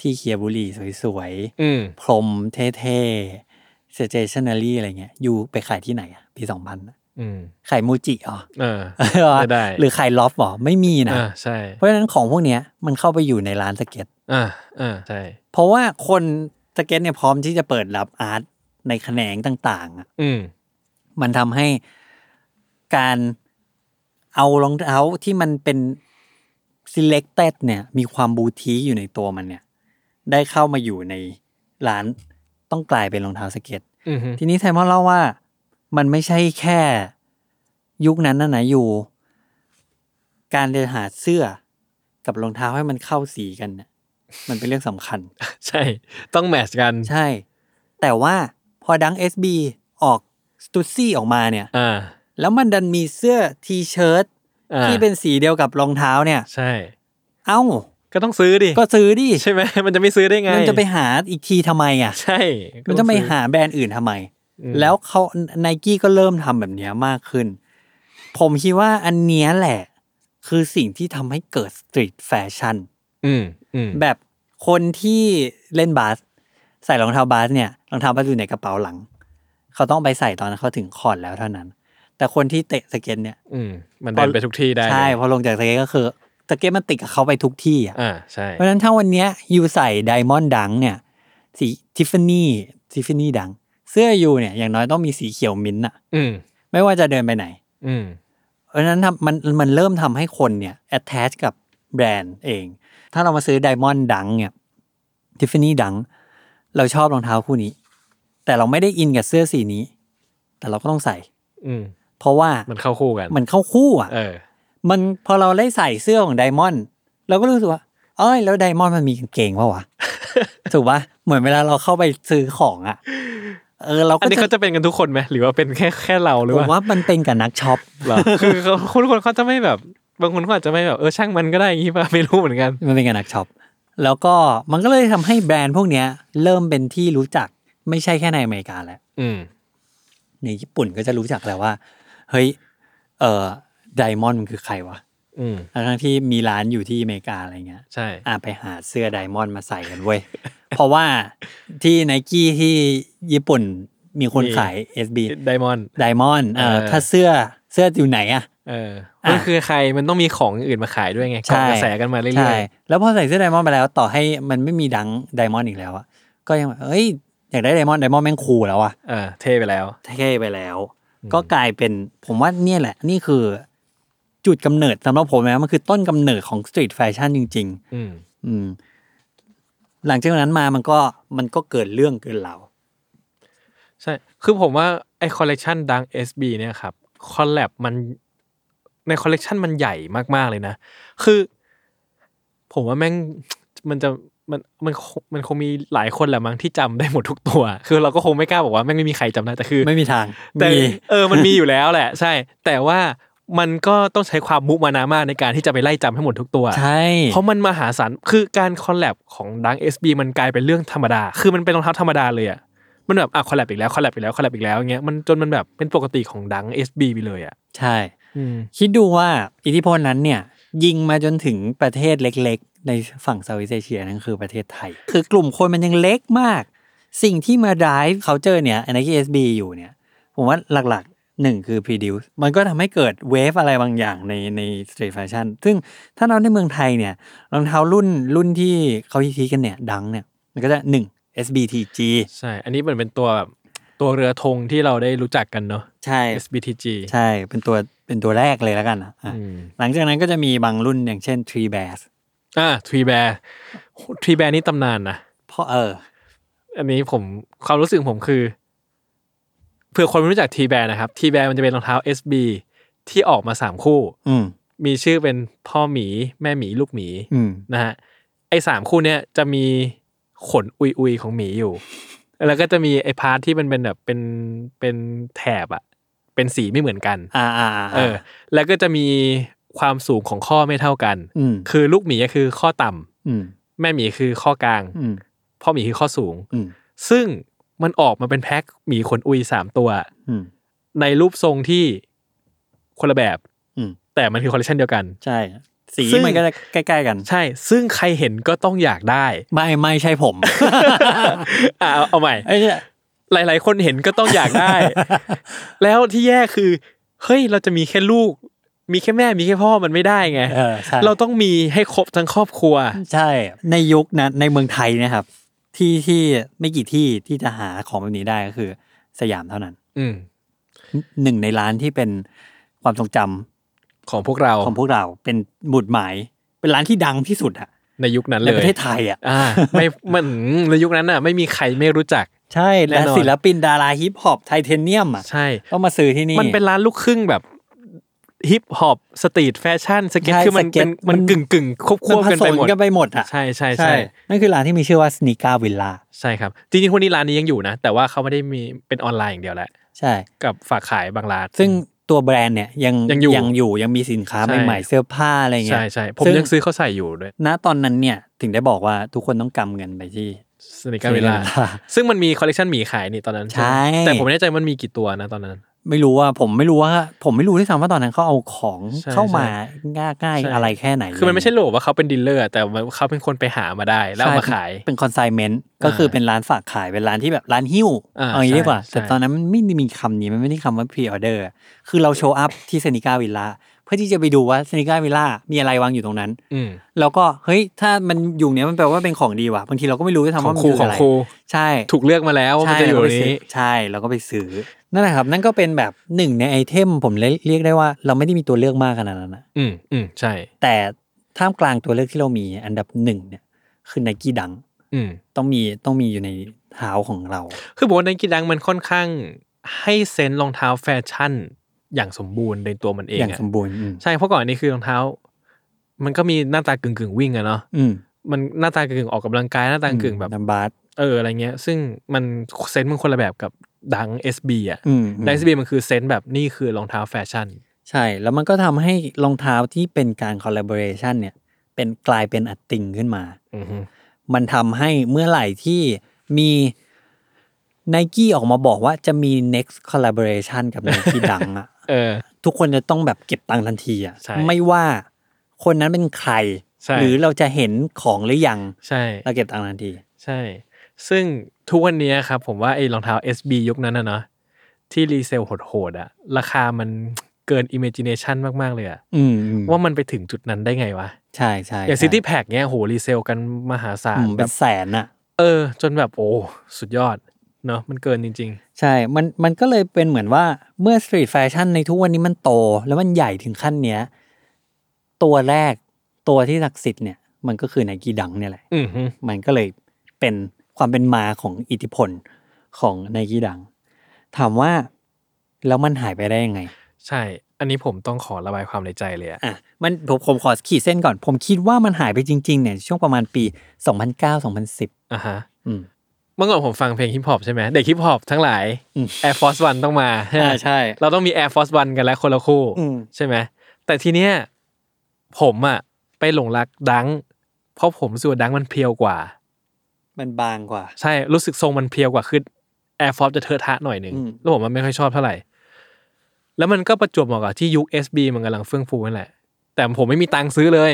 B: ที่เคียร์บุหรีสวย
C: อืม
B: ๆพรมเท่ๆเซเจชันนารีอะไรเงี้ยยูไปขายที่ไหนอะปีสองพัน
C: อืม
B: ขายมูจิอ๋อ
C: เออ ไม่ได้
B: ได้หรือขายล็อฟต์หรอไม่มีนะ
C: อ่าใช่
B: เพราะฉะนั้นของพวกเนี้ยมันเข้าไปอยู่ในร้านสเก็ต
C: อ่าอ่าใช่
B: เพราะว่าคนสเก็ตเนี่ยพร้อมที่จะเปิดรับอาร์ตในแขนงต่างๆอะ
C: อืม
B: มันทำให้การเอารองเท้าที่มันเป็น selected เนี่ย มีความบูทีอยู่ในตัวมันเนี่ย ได้เข้ามาอยู่ในร้านต้องกลายเป็นรองเท้าสเก็ต
C: อืม
B: ทีนี้ไซมอนเล่าว่ามันไม่ใช่แค่ยุคนั้นนะนะอยู่ การเดินหาเสื้อกับรองเท้าให้มันเข้าสีกันน่ะมันเป็นเรื่องสำคัญ
C: ใช่ ต้องแมทช์กัน
B: ใช่ แต่ว่าพอดัง SB ออกสตูซี่ออกมาเนี่ย
C: อ่า
B: แล้วมันดันมีเสื้อทีเชิ้ต
C: อ่า
B: ที่เป็นสีเดียวกับรองเท้าเนี่ย
C: ใช่
B: เอ้า
C: ก็ต้องซื้อดิ
B: ก็ซื้อดิ
C: ใช่ไหม มันจะไม่ซื้อได้ไง
B: มันจะไปหาอีกทีทำไมอ่ะ
C: ใช่ก็
B: มัน
C: ต้
B: จะ
C: อง
B: ไป
C: ซื้อ
B: หาแบรนด์อื่นทำไม
C: อืม
B: แล้วเขาไนกี้ก็เริ่มทำแบบเนี้ยมากขึ้น ผมคิดว่าอันเนี้ยแหละ คือสิ่งที่ทำให้เกิดสตรีทแฟชั่น
C: อืมอืม
B: แบบคนที่เล่นบาส ใส่รองเท้าบาสเนี่ยรองเท้าบาสอยู่ในกระเป๋าหลัง เขาต้องไปใส่ตอนเขาถึงคอร์ตแล้วเท่านั้น แต่คนที่เตะสเก็ตเนี่ย
C: อืมมันเดินไปทุกที่ได้เลย
B: ใช่พอลงจากสเก็ตก็คือสเก็ตมันติดกับเขาไปทุกที่อ่ะ
C: อ่าใช่
B: เพราะฉะนั้นถ้าวันเนี้ยยูใส่ไดมอนด์ดังเนี่ย สีทิฟฟานี่ทิฟฟานี่ดัง เสื้อยูเนี่ยอย่างน้อยต้องมีสีเขียวมิ้นท์อะ
C: อืม
B: ไม่ว่าจะเดินไปไหน
C: อืม
B: เพราะฉะนั้นทำมันมันเริ่มทำให้คนเนี่ยแอดแทชกับแบรนด์เอง ถ้าเรามาซื้อไดมอนด์ดังเนี่ยทิฟฟานี่ดัง เราชอบรองเท้าคู่นี้ แต่เราไม่ได้อินกับเสื้อสีนี้ แต่เราก็ต้องใส่
C: อืม
B: เพราะว่า
C: มันเข้าคู่กัน
B: มันเข้าคู่อ่ะ
C: เออ
B: มันพอเราได้ใส่เสื้อของไดมอนด์เราก็รู้สึกว่า เอ้ย แล้วไดมอนด์มันมีกางเกง ปะวะ ถูกปะเหมือนเวลาเราเข้าไปซื้อของอะเออเรา
C: อัน
B: ก็
C: นี้เขาจะเป็นกันทุกคนไหมหรือว่าเป็นแค่แค่เราหรือ
B: ผม
C: ว่า
B: ว่ามันเป็นกับนักช็อป
C: เหรอคือเขาทุกคนเขาจะไม่แบบ บางคนเขาอาจจะไม่แบบเออช่างมันก็ได้อย่างนี้ป่ะไม่รู้เหมือนกัน
B: มันเป็นกับนักช็อป แล้วก็มันก็เลยทำให้แบรนด์พวกเนี้ย เริ่มเป็นที่รู้จักไม่ใช่แค่ในอเมริกาแล้ว
C: อืม
B: ในญี่ปุ่นก็จะรู้จักแหละว่า เฮ้ย เอ่อไดมอนด์มันคือใครวะ
C: อืม
B: ทั้งๆที่มีร้านอยู่ที่อเมริกาอะไรเงี้ย
C: ใช่
B: อ่ะไปหาเสื้อไดมอนด์มาใส่กันเว้ย เพราะว่าที่ไนกี้ที่ญี่ปุ่นมีคน
C: มี
B: ขาย SB
C: ไดมอนด์
B: ไดมอนด์เอ่อ
C: เออ
B: ถ้าเสื้อเสื้ออยู่ไหนอ่ะ
C: เออ
B: อ่ะ
C: มันคือใครมันต้องมีของอื่นมาขายด้วยไงเกาะกระแสกันมาเรื่
B: ใช่
C: อย
B: แล้วพอใส่เสื้อไดมอนด์ไปแล้วต่อให้มันไม่มีดังไดมอนด์อีกแล้วอะก็ยังแบบเอ้ย อยากได้ไดมอนด์ไดมอนด์แม่งคูลแล้วอะ
C: ๆเออเท่ไปแล้ว
B: เท่ไปแล้ว ก็กลายเป็นผมว่าเนี่ยแหละ นี่คือ จุดกำเนิดสำหรับผมนะมันคือต้นกำเนิดของสตรีทแฟชั่นจริง ๆ
C: อืม
B: อืม หลังจากนั้นมามันก็มันก็เกิดเรื่องเกิดเราว
C: ใช่ คือผมว่าไอคอลเลกชันดัง SB เนี่ยครับคอลแลบมันในคอลเลกชันมันใหญ่มากๆเลยนะ คือ ผมว่าแม่ง มันจะมันมันคงมันคงมีหลายคนแหละมั้งที่จำได้หมดทุกตัว คือเราก็คงไม่กล้าบอกว่าแม่งไม่มีใครจำได้แต่คือ
B: ไม่มีทาง
C: แต่
B: มี
C: เออมันมีอยู่แล้วแหละ ใช่ แต่ว่ามันก็ต้องใช้ความมุมานามากในการที่จะไปไล่จำให้หมดทุกตัว
B: ใช่
C: เพราะมันมหาศาลคือการคอลแลบของดัง SB มันกลายเป็นเรื่องธรรมดา คือมันเป็นรองเท้าธรรมดาเลยอ่ะ มันแบบอ่ะคอลแลบอีกแล้วคอลแลบอีกแล้วคอลแลบอีกแล้วอย่างเงี้ยมันจนมันแบบเป็นปกติของดัง SB ไปเลยอ่ะ
B: ใช่ คิดดูว่าอิทธิพลนั้นเนี่ย ยิงมาจนถึงประเทศเล็กๆ ในฝั่งเซาท์อีสเอเชียนั่นคือประเทศไทย คือกลุ่มคนมันยังเล็กมาก สิ่งที่มาด i v ฟเขาเจอเนี่ยใน SB อยู่เนี่ย ผมว่าหลักๆหนึ่งคือ produce มันก็ทำให้เกิดเวฟอะไรบางอย่างในในสตรีทแฟชั่นซึ่งถ้าเราในเมืองไทยเนี่ยรองเท้ารุ่นรุ่นที่เขาฮิตๆกันเนี่ยดังเนี่ยมันก็จะหนึ่ง SBTG
C: ใช่ อันนี้เหมือนเป็นตัวแบบตัวเรือธงที่เราได้รู้จักกันเนาะ
B: ใช่
C: SBTG
B: ใช่เป็นตัวเป็นตัวแรกเลยแล้วกันนะอ่ะ
C: อืม
B: หลังจากนั้นก็จะมีบางรุ่นอย่างเช่น Tree Bears
C: อ่ะทรีแบร์ทรีแบร์นี่ตำนานนะ
B: เพราะเออ
C: อันนี้ผมความรู้สึกผมคือเผื่อคนไม่รู้จักทีแบร์นะครับทีแบร์มันจะเป็นรองเท้า SB ที่ออกมาสามคู่
B: อืม
C: มีชื่อเป็นพ่อหมี แม่หมีลูกหมี
B: อืม
C: นะฮะไอ้สามคู่เนี้ยจะมีขนอุยอุยๆของหมีอยู่ แล้วก็จะมีไอ้พาร์ทที่มันเป็นแบบเป็นเป็นแถบอะเป็นสีไม่เหมือนกัน
B: อ่าอ่า
C: เออ แล้วก็จะมีความสูงของข้อไม่เท่ากัน
B: อืม
C: คือลูกหมีก็คือข้อต่ำ
B: อืม
C: แม่หมีคือข้อกลาง
B: อืม
C: พ่อหมีคือข้อสูง
B: อืม
C: ซึ่งมันออกมาเป็นแพ็คหมีขนอุยสามตัว
B: อืม
C: ในรูปทรงที่คนละแบบ
B: อืม
C: แต่มันคือคอลเลคชันเดียวกัน
B: ใช่ สี
C: ซึ่ง
B: มันก็จะใกล้ๆกัน
C: ใช่ ซึ่งใครเห็นก็ต้องอยากได้
B: ไม่ไม่ใช่ผม
C: อ่ะเอาเอาใหม่
B: ไอ้เนี่ย
C: หลาย ๆ คนเห็นก็ต้องอยาก ได้ แล้วที่แย่คือ เฮ้ย เราจะมีแค่ลูก มีแค่แม่ มีแค่พ่อมันไม่ได้ไง
B: เออใช่
C: เราต้องมีให้ครบทั้งครอบครัว
B: ใช่ ในยุคนั้นในเมืองไทยเนะครับ ที่ที่ไม่กี่ที่ที่จะหาของแบบนี้ได้ก็คือ สยามเท่านั้น
C: อืม
B: หนึ่งในร้านที่เป็นความทรงจำ
C: ของพวกเรา
B: ของพวกเราเป็นหมุดหมาย เป็นร้านที่ดังที่สุดอะ
C: ในยุคนั้น
B: ใน
C: เล
B: ป
C: ย
B: ระเทศไทยอะ
C: อ่า ไม่มันในยุคนั้นน่ะ ไม่มีใครไม่รู้จัก
B: ใช่
C: แน่
B: และ
C: นอน
B: ศิลปินดาราฮิปฮอปไทเทเนียมอะ
C: ใช่
B: ต้องมาซื้อที่นี่
C: มันเป็นร้านลูกครึ่งแบบฮิปฮอปสตรีทแฟชั่นสเก็ต
B: ใช่
C: คือมัน
B: สเก็
C: เป็
B: ต
C: นมัน
B: มัน
C: กึ่งกึ่งควบควบ
B: มันผ
C: กัน
B: ส
C: ไป
B: ม
C: หมด
B: กันไปหมดอะ
C: ใช่ใช่ใช่
B: นั่นคือร้านที่มีชื่อว่าสน a กาวิลล่า
C: ใช่ครับ จริงๆคนนี้ร้านนี้ยังอยู่นะ แต่ว่าเขาไม่ได้มีเป็นออนไลน์อย่างเดียวแหละ
B: ใช่
C: กับฝากขายบางร้าน
B: ซึ่งตัวแบรนด์เนี่ยยัง
C: ยังอยู่
B: ยังอยู่ยังมีสินค้า
C: ใช่
B: ใหม่ๆเสื้อผ้าอะไรเงี้
C: ใช่
B: ย
C: ใช่ผม
B: ซึ่ง
C: ยังซื้อเขาใส่อยู่ด้วย
B: ณตอนนั้นเนี่ยถึงได้บอกว่าทุกคนต้องกำเงินไปที่
C: สนิกาเวลา
B: Sneaker Villa
C: ซึ่งมันมีคอลเลกชันหมีขายนี่ตอนนั้นไหม
B: ใช่
C: แต่ผมไม่แน่ใจมันมีกี่ตัวนะตอนนั้น
B: ไม่รู้ว่าผมไม่รู้ว่า ผมไม่รู้ที่ทำว่าตอนนั้นเขาเอาของ
C: ใช่
B: เข้ามาง่าย
C: ใช่
B: ๆอะไรแค่ไหน
C: คือมันไม่ใช่โหลว่าเขาเป็นดีลเลอร์ แต่ว่าเขาเป็นคนไปหามาได้ แล้วเอามาขาย
B: ใช่เป็นคอนไซเมนต์ก็คือเป็นร้านฝากขายเป็นร้านที่แบบร้านหิ้ว
C: อ่า
B: เอาอย่างนี้ดีกว่า
C: ใช่ใช่
B: แต่ตอนนั้นมันไม่ได้มีคำนี้มันไม่ได้คำว่าพรีออเดอร์คือเราโชว์อัพที่สนิกาวิลล่าเพื่อที่จะไปดูว่าสนิกาวิลล่ามีอะไรวางอยู่ตรงนั้น
C: อืม
B: แล้วก็เฮ้ยถ้ามันอยู่เนี้ยมันแปลว่าเป็นของดีว่ะบางทีเราก็ไม่รู้จะทำ
C: ขอ
B: ว่าง มัน
C: ครู
B: คือ
C: ขอ
B: อะ
C: ง
B: ไร
C: ครู
B: ใช่
C: ถูกเลือกมาแล้วว่ามัน
B: ใช่
C: จะอยู่
B: เรา
C: ต
B: ไป
C: รง
B: ซื้อ
C: นี้
B: ใช่เราก็ไปซื้อนั่นแหละครับนั่นก็เป็นแบบหนึ่งในไอเทมผมเลยเรียกได้ว่า เราไม่ได้มีตัวเลือกมากขนาดนั้นนะ
C: อืมอืมใช่
B: แต่ท่ามกลางตัวเลือกที่เรามีอันดับหนึ่งเนี่ยคือไนกี้ดัง
C: อืม
B: ต้องมีต้องมีอยู่ในเท้าของเรา
C: คือบอกว่าไนกี้ดังมันค่อนข้างให้เซนส์รองเท้าแฟชั่นอย่างสมบูรณ์ในตัวมันเอง
B: อย่าง
C: อะ
B: สมบูรณ์อืม
C: ใช่เพราะก่อนอันนี้คือรองเท้า มันก็มีหน้าตากึ่งกึ่งๆวิ่งอะเนาะ
B: อืม
C: มันหน้าตากึ่งๆออกกำลังกายหน้าตากึ่งแบบ
B: น้ำบาส
C: เอออะไรเงี้ย ซึ่งมันเซนส์มันคนละแบบกับดัง SB อ่ะ
B: อืม
C: ดัง SB มันคือเซนส์แบบนี่คือรองเท้าแฟชั่น
B: ใช่ แล้วมันก็ทำให้รองเท้าที่เป็นการคอลลาบอเรชันเนี่ยเป็นกลายเป็นอัตติงขึ้นมา
C: อือฮึ
B: มันทำให้เมื่อไหร่ที่มี ไนกี้ออกมาบอกว่าจะมี next collaboration กับ n นกี้ดังอะ
C: เออ
B: ทุกคนจะต้องแบบเก็บตังค์ทันทีอะ
C: ใช่
B: ไม่ว่าคนนั้นเป็นใคร
C: ใช่
B: หรือเราจะเห็นของหรือยัง
C: ใช่
B: เราเก็บตังค์ทันที
C: ใช่ ซึ่งทุกวันนี้ครับ ผมว่าไอ้รองเท้า SB ยุคนั้นนะเนาะที่รีเซลโหดๆอะราคามันเกิน imagination มาก ๆ เลยอะ
B: อืมอืม
C: ว่ามันไปถึงจุดนั้นได้ไงวะ
B: ใช่ใช่
C: อย่าง
B: ใช่
C: ซิตี้แพ k เนี้ยโหรีเซลกันมหาศา
B: อื
C: ล
B: ม
C: แบ
B: เป็น
C: บ
B: แสนอะ
C: เออ จนแบบโอ้สุดยอด เนาะมันเกินจริง
B: ใช่ มัน มันก็เลยเป็นเหมือนว่าเมื่อสตรีทแฟชั่นในทุกวันนี้มันโต แล้วมันใหญ่ถึงขั้นเนี้ย ตัวแรกตัวที่ศักดิ์สิทธิ์เนี่ย มันก็คือไนกี้ดังเนี่ยแหละ
C: ๆ อือฮึ
B: มันก็เลยเป็นความเป็นมาของอิทธิพลของไนกี้ดัง ถามว่า แล้วมันหายไปได้ยังไง
C: ใช่ อันนี้ผมต้องขอระบายความในใจเลยอะ
B: อ่ะ มันผมผมขอขีดเส้นก่อน ผมคิดว่ามันหายไปจริง ๆ เนี่ย ช่วงประมาณปี 2009-2010
C: อ่ะฮะ
B: อืม
C: เมื่อก่อนผมฟังเพลงฮิปฮอปใช่ไหมเด็กฮิปฮอปทั้งหลาย
B: อืม
C: Air Force One ต้องมาใช่ไหม
B: อ่าใช่
C: เราต้องมี Air Force One กันแล้วคนละคู่
B: อืม
C: ใช่ไหมแต่ทีเนี้ยผมอะไปหลงรักดัง เพราะผมรู้ส่วาดังมันเพียวกว่า
B: มันบางกว่า
C: ใช่รู้สึกทรงมันเพียวกว่าคือ Air Force จะเทอะทะหน่อยหนึ่ง
B: อืม
C: แล้วผมมันไม่ค่อยชอบเท่าไหร่ แล้วมันก็ประจวบเหมาะกับที่ยุค SB มันกำลังเฟื่องฟูนั่นแหละ แต่ผมไม่มีตังค์ซื้อเลย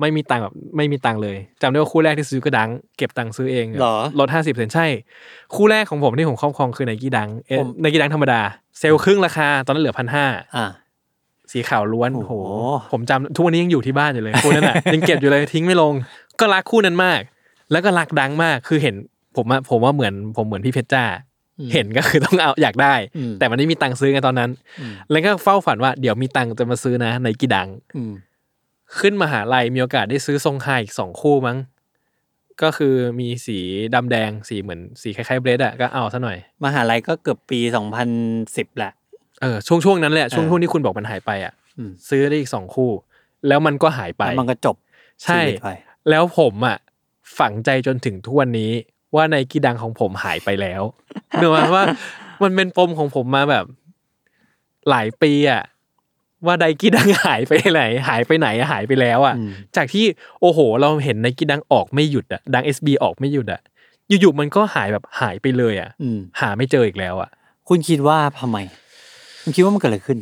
C: ไม่มีตังค์แบบไม่มีตังค์เลยจำได้ว่าคู่แรกที่ซื้อก็ดัง เก็บตังค์ซื้อเอง
B: หรอ
C: ลดห้าสิบเซนใช่ คู่แรกของผมที่ผมครอบครองคือไนกี้ดัง
B: ผม
C: ไนกี้ดังธรรมดา เซลล์ครึ่งราคาตอนนั้นเหลือพันห้า
B: อ่า
C: สีขาวล้วน
B: โอ้
C: โอ้
B: โห
C: โห ผมจำทุกวันนี้ยังอยู่ที่บ้านอยู่เลย คู่นั้นอ่ะ ยังเก็บอยู่เลยทิ้งไม่ลง ก็รักคู่นั้นมาก แล้วก็รักดังมากคือเห็นผมอะผมว่าเหมือนผมเหมือนพี่เพชรจ้า เห็นก็คือต้องเอาอยากได้
B: อืม
C: แต่มันไม่มีตังค์ซื้อไงตอนนั้น แล้วก็เฝ้าฝันว่าเดี๋ยวมีตังค์จะมาซื้อนะในกี่ดัง
B: อืม
C: ขึ้นมหาลัยมีโอกาสได้ซื้อทรงไฮอีกสองคู่มั้ง ก็คือมีสีดำแดงสีเหมือนสีคล้ายๆเบรดอะก็เอาซะหน่อย
B: มหาลัยก็เกือบปี 2010แหละ
C: เออช่วงช่วงๆนั้นแหละช่วง
B: เออ
C: ช่วงที่คุณบอกมันหายไปอะ
B: อืม
C: ซื้อได้อีกสองคู่ แล้วมันก็หายไป
B: แล้วมันก็จบ
C: ใช่
B: ชีวิตไป
C: แล้วผมอ่ะฝังใจจนถึงทุกวันนี้ว่าไนกี้ดังของผมหายไปแล้ว เนื่องว่ามันเป็นปมของผมมาแบบ หลายปีอ่ะว่าไนกี้ดังหายไปไหน หายไปไหนหายไปแล้วอ่ะ
B: อืม
C: จากที่โอ้โห เราเห็นไนกี้ดังออกไม่หยุดอ่ะดัง SB ออกไม่หยุดอ่ะอยู่ๆมันก็หายแบบหายไปเลยอ่ะ
B: อืม
C: หาไม่เจออีกแล้วอ่ะ
B: คุณคิดว่าทำไม คุณคิดว่ามันเกิดอะไรขึ้น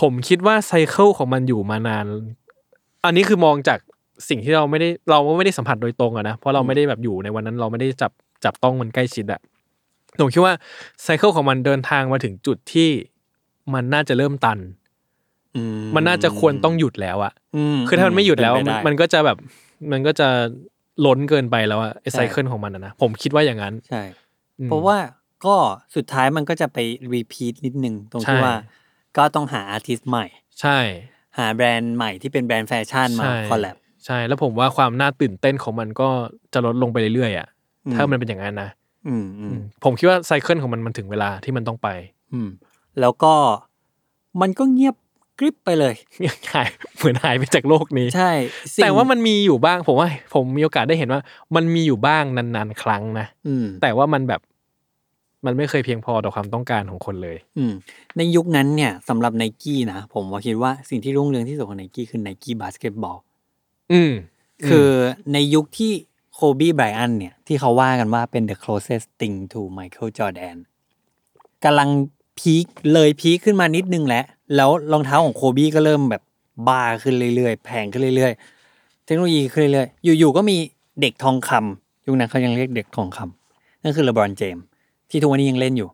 C: ผมคิดว่าไซเคิลของมันอยู่มานาน อันนี้คือมองจากสิ่งที่เราไม่ได้เราไม่ได้สัมผัสโดยตรงอะนะ เพราะเราไม่ได้แบบอยู่ในวันนั้นเราไม่ได้จับจับต้องมันใกล้ชิดอะผมคิดว่าไซเคิลของมันเดินทางมาถึงจุดที่มันน่าจะเริ่มตัน
B: อื
C: มันน่าจะควรต้องหยุดแล้วอะคือถ้ามันไม่หยุดแล้ว
B: เป็ไปไ
C: มันก็จะแบบมันก็จะล้นเกินไปแล้วอะไอ
B: ใช่
C: ไซเคิลของมันอะนะผมคิดว่าอย่างนั้น
B: ใช่
C: อืม
B: เพราะว่าก็สุดท้ายมันก็จะไปรีพีทนิดนึง ตรงที่
C: ใช่
B: ว่า ก็ต้องหาอาร์ติสต์ใหม่
C: ใช่
B: หาแบรนด์ใหม่ที่เป็นแบรนด์แฟชั่นมา
C: ใช่
B: คอลแลบ
C: ใช่แล้วผมว่าความน่าตื่นเต้นของมันก็จะลดลงไปเรื่อยๆอะ
B: อืม
C: ถ้ามันเป็นอย่างนั้นนะ
B: อืมอืม
C: ผมคิดว่าไซเคิลของมันมันถึงเวลาที่มันต้องไป
B: อืมแล้วก็มันก็เงียบกริบไปเลย
C: หายเหมือนหายไปจากโลกนี้
B: ใช่สิ่ง
C: แต่ว่ามันมีอยู่บ้างผมว่า ผมมีโอกาสได้เห็นว่า มันมีอยู่บ้างนานๆ ครั้งนะ
B: อืม
C: แต่ว่ามันแบบมันไม่เคยเพียงพอต่อความต้องการของคนเลย
B: อืมในยุคนั้นเนี่ยสำหรับไนกี้นะ ผมว่าคิดว่าสิ่งที่รุ่งเรืองที่สุดของไนกี้คือไนกี้บาสเกตบอล
C: อืม อืม
B: คือในยุคที่โคบีไบรอันเนี่ย ที่เขาว่ากันว่าเป็น the closest thing to Michael Jordan กำลังพีคเลยพีคขึ้นมานิดนึงแล้ว แล้วรองเท้าของโคบีก็เริ่มแบบบาขึ้นเรื่อยๆ แพงขึ้นเรื่อยๆ เทคโนโลยีขึ้นเรื่อยๆ อยู่ๆก็มีเด็กทองคำยุคนั้นเขายังเรียกเด็กทองคำนั่นคือเลบรอนเจมที่ทุกวันนี้ยังเล่นอยู่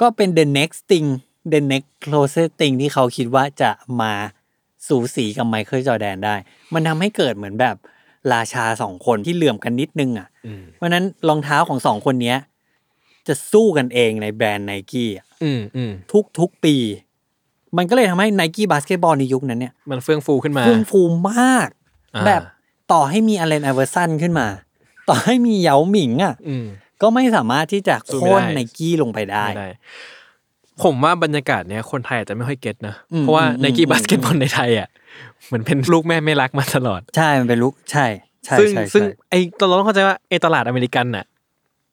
B: ก็เป็น the next thing the next closest thing ที่เขาคิดว่าจะมาสูสีกับไมเคิลจอร์แดนได้ มันทำให้เกิดเหมือนแบบราชาสองคนที่เหลื่อมกันนิดนึงอ่ะ
C: อืม
B: เพราะฉะนั้นรองเท้าของสองคนเนี้ยจะสู้กันเองในแบรนด์ไนกี้
C: อืมอืม
B: ทุกทุกๆปี มันก็เลยทำให้ไนกี้บาสเกตบอลในยุคนั้นเนี่ย
C: มันเฟื่องฟูขึ้นมา
B: เฟื่องฟูมาก
C: อ่า
B: แบบต่อให้มีอเลนไอเวอร์สันขึ้นมา ต่อให้มีเหยาหมิงอ่ะ
C: อืม
B: ก็ไม่สามารถที่จะ
C: สู้
B: โค่น
C: ไม่ได้
B: ไนกี้ลงไปได้
C: ไม่ได้ ผมว่าบรรยากาศเนี้ยคนไทยอาจจะไม่ค่อยเก็ตนะ
B: อืม
C: เพราะว่า
B: อืม
C: ไนกี้
B: อืม
C: บาสเกตบอลในไทยอ่ะเหมือนเป็น ลูกแม่ไม่รักมาตลอด
B: ใช่ มันเป็นลุกใช่ใช่
C: ซึ่ง
B: ใช่
C: ซึ่ง
B: ใช่
C: ไอตเราต้องเข้าใจว่าไอตลาดอเมริกันน่ะ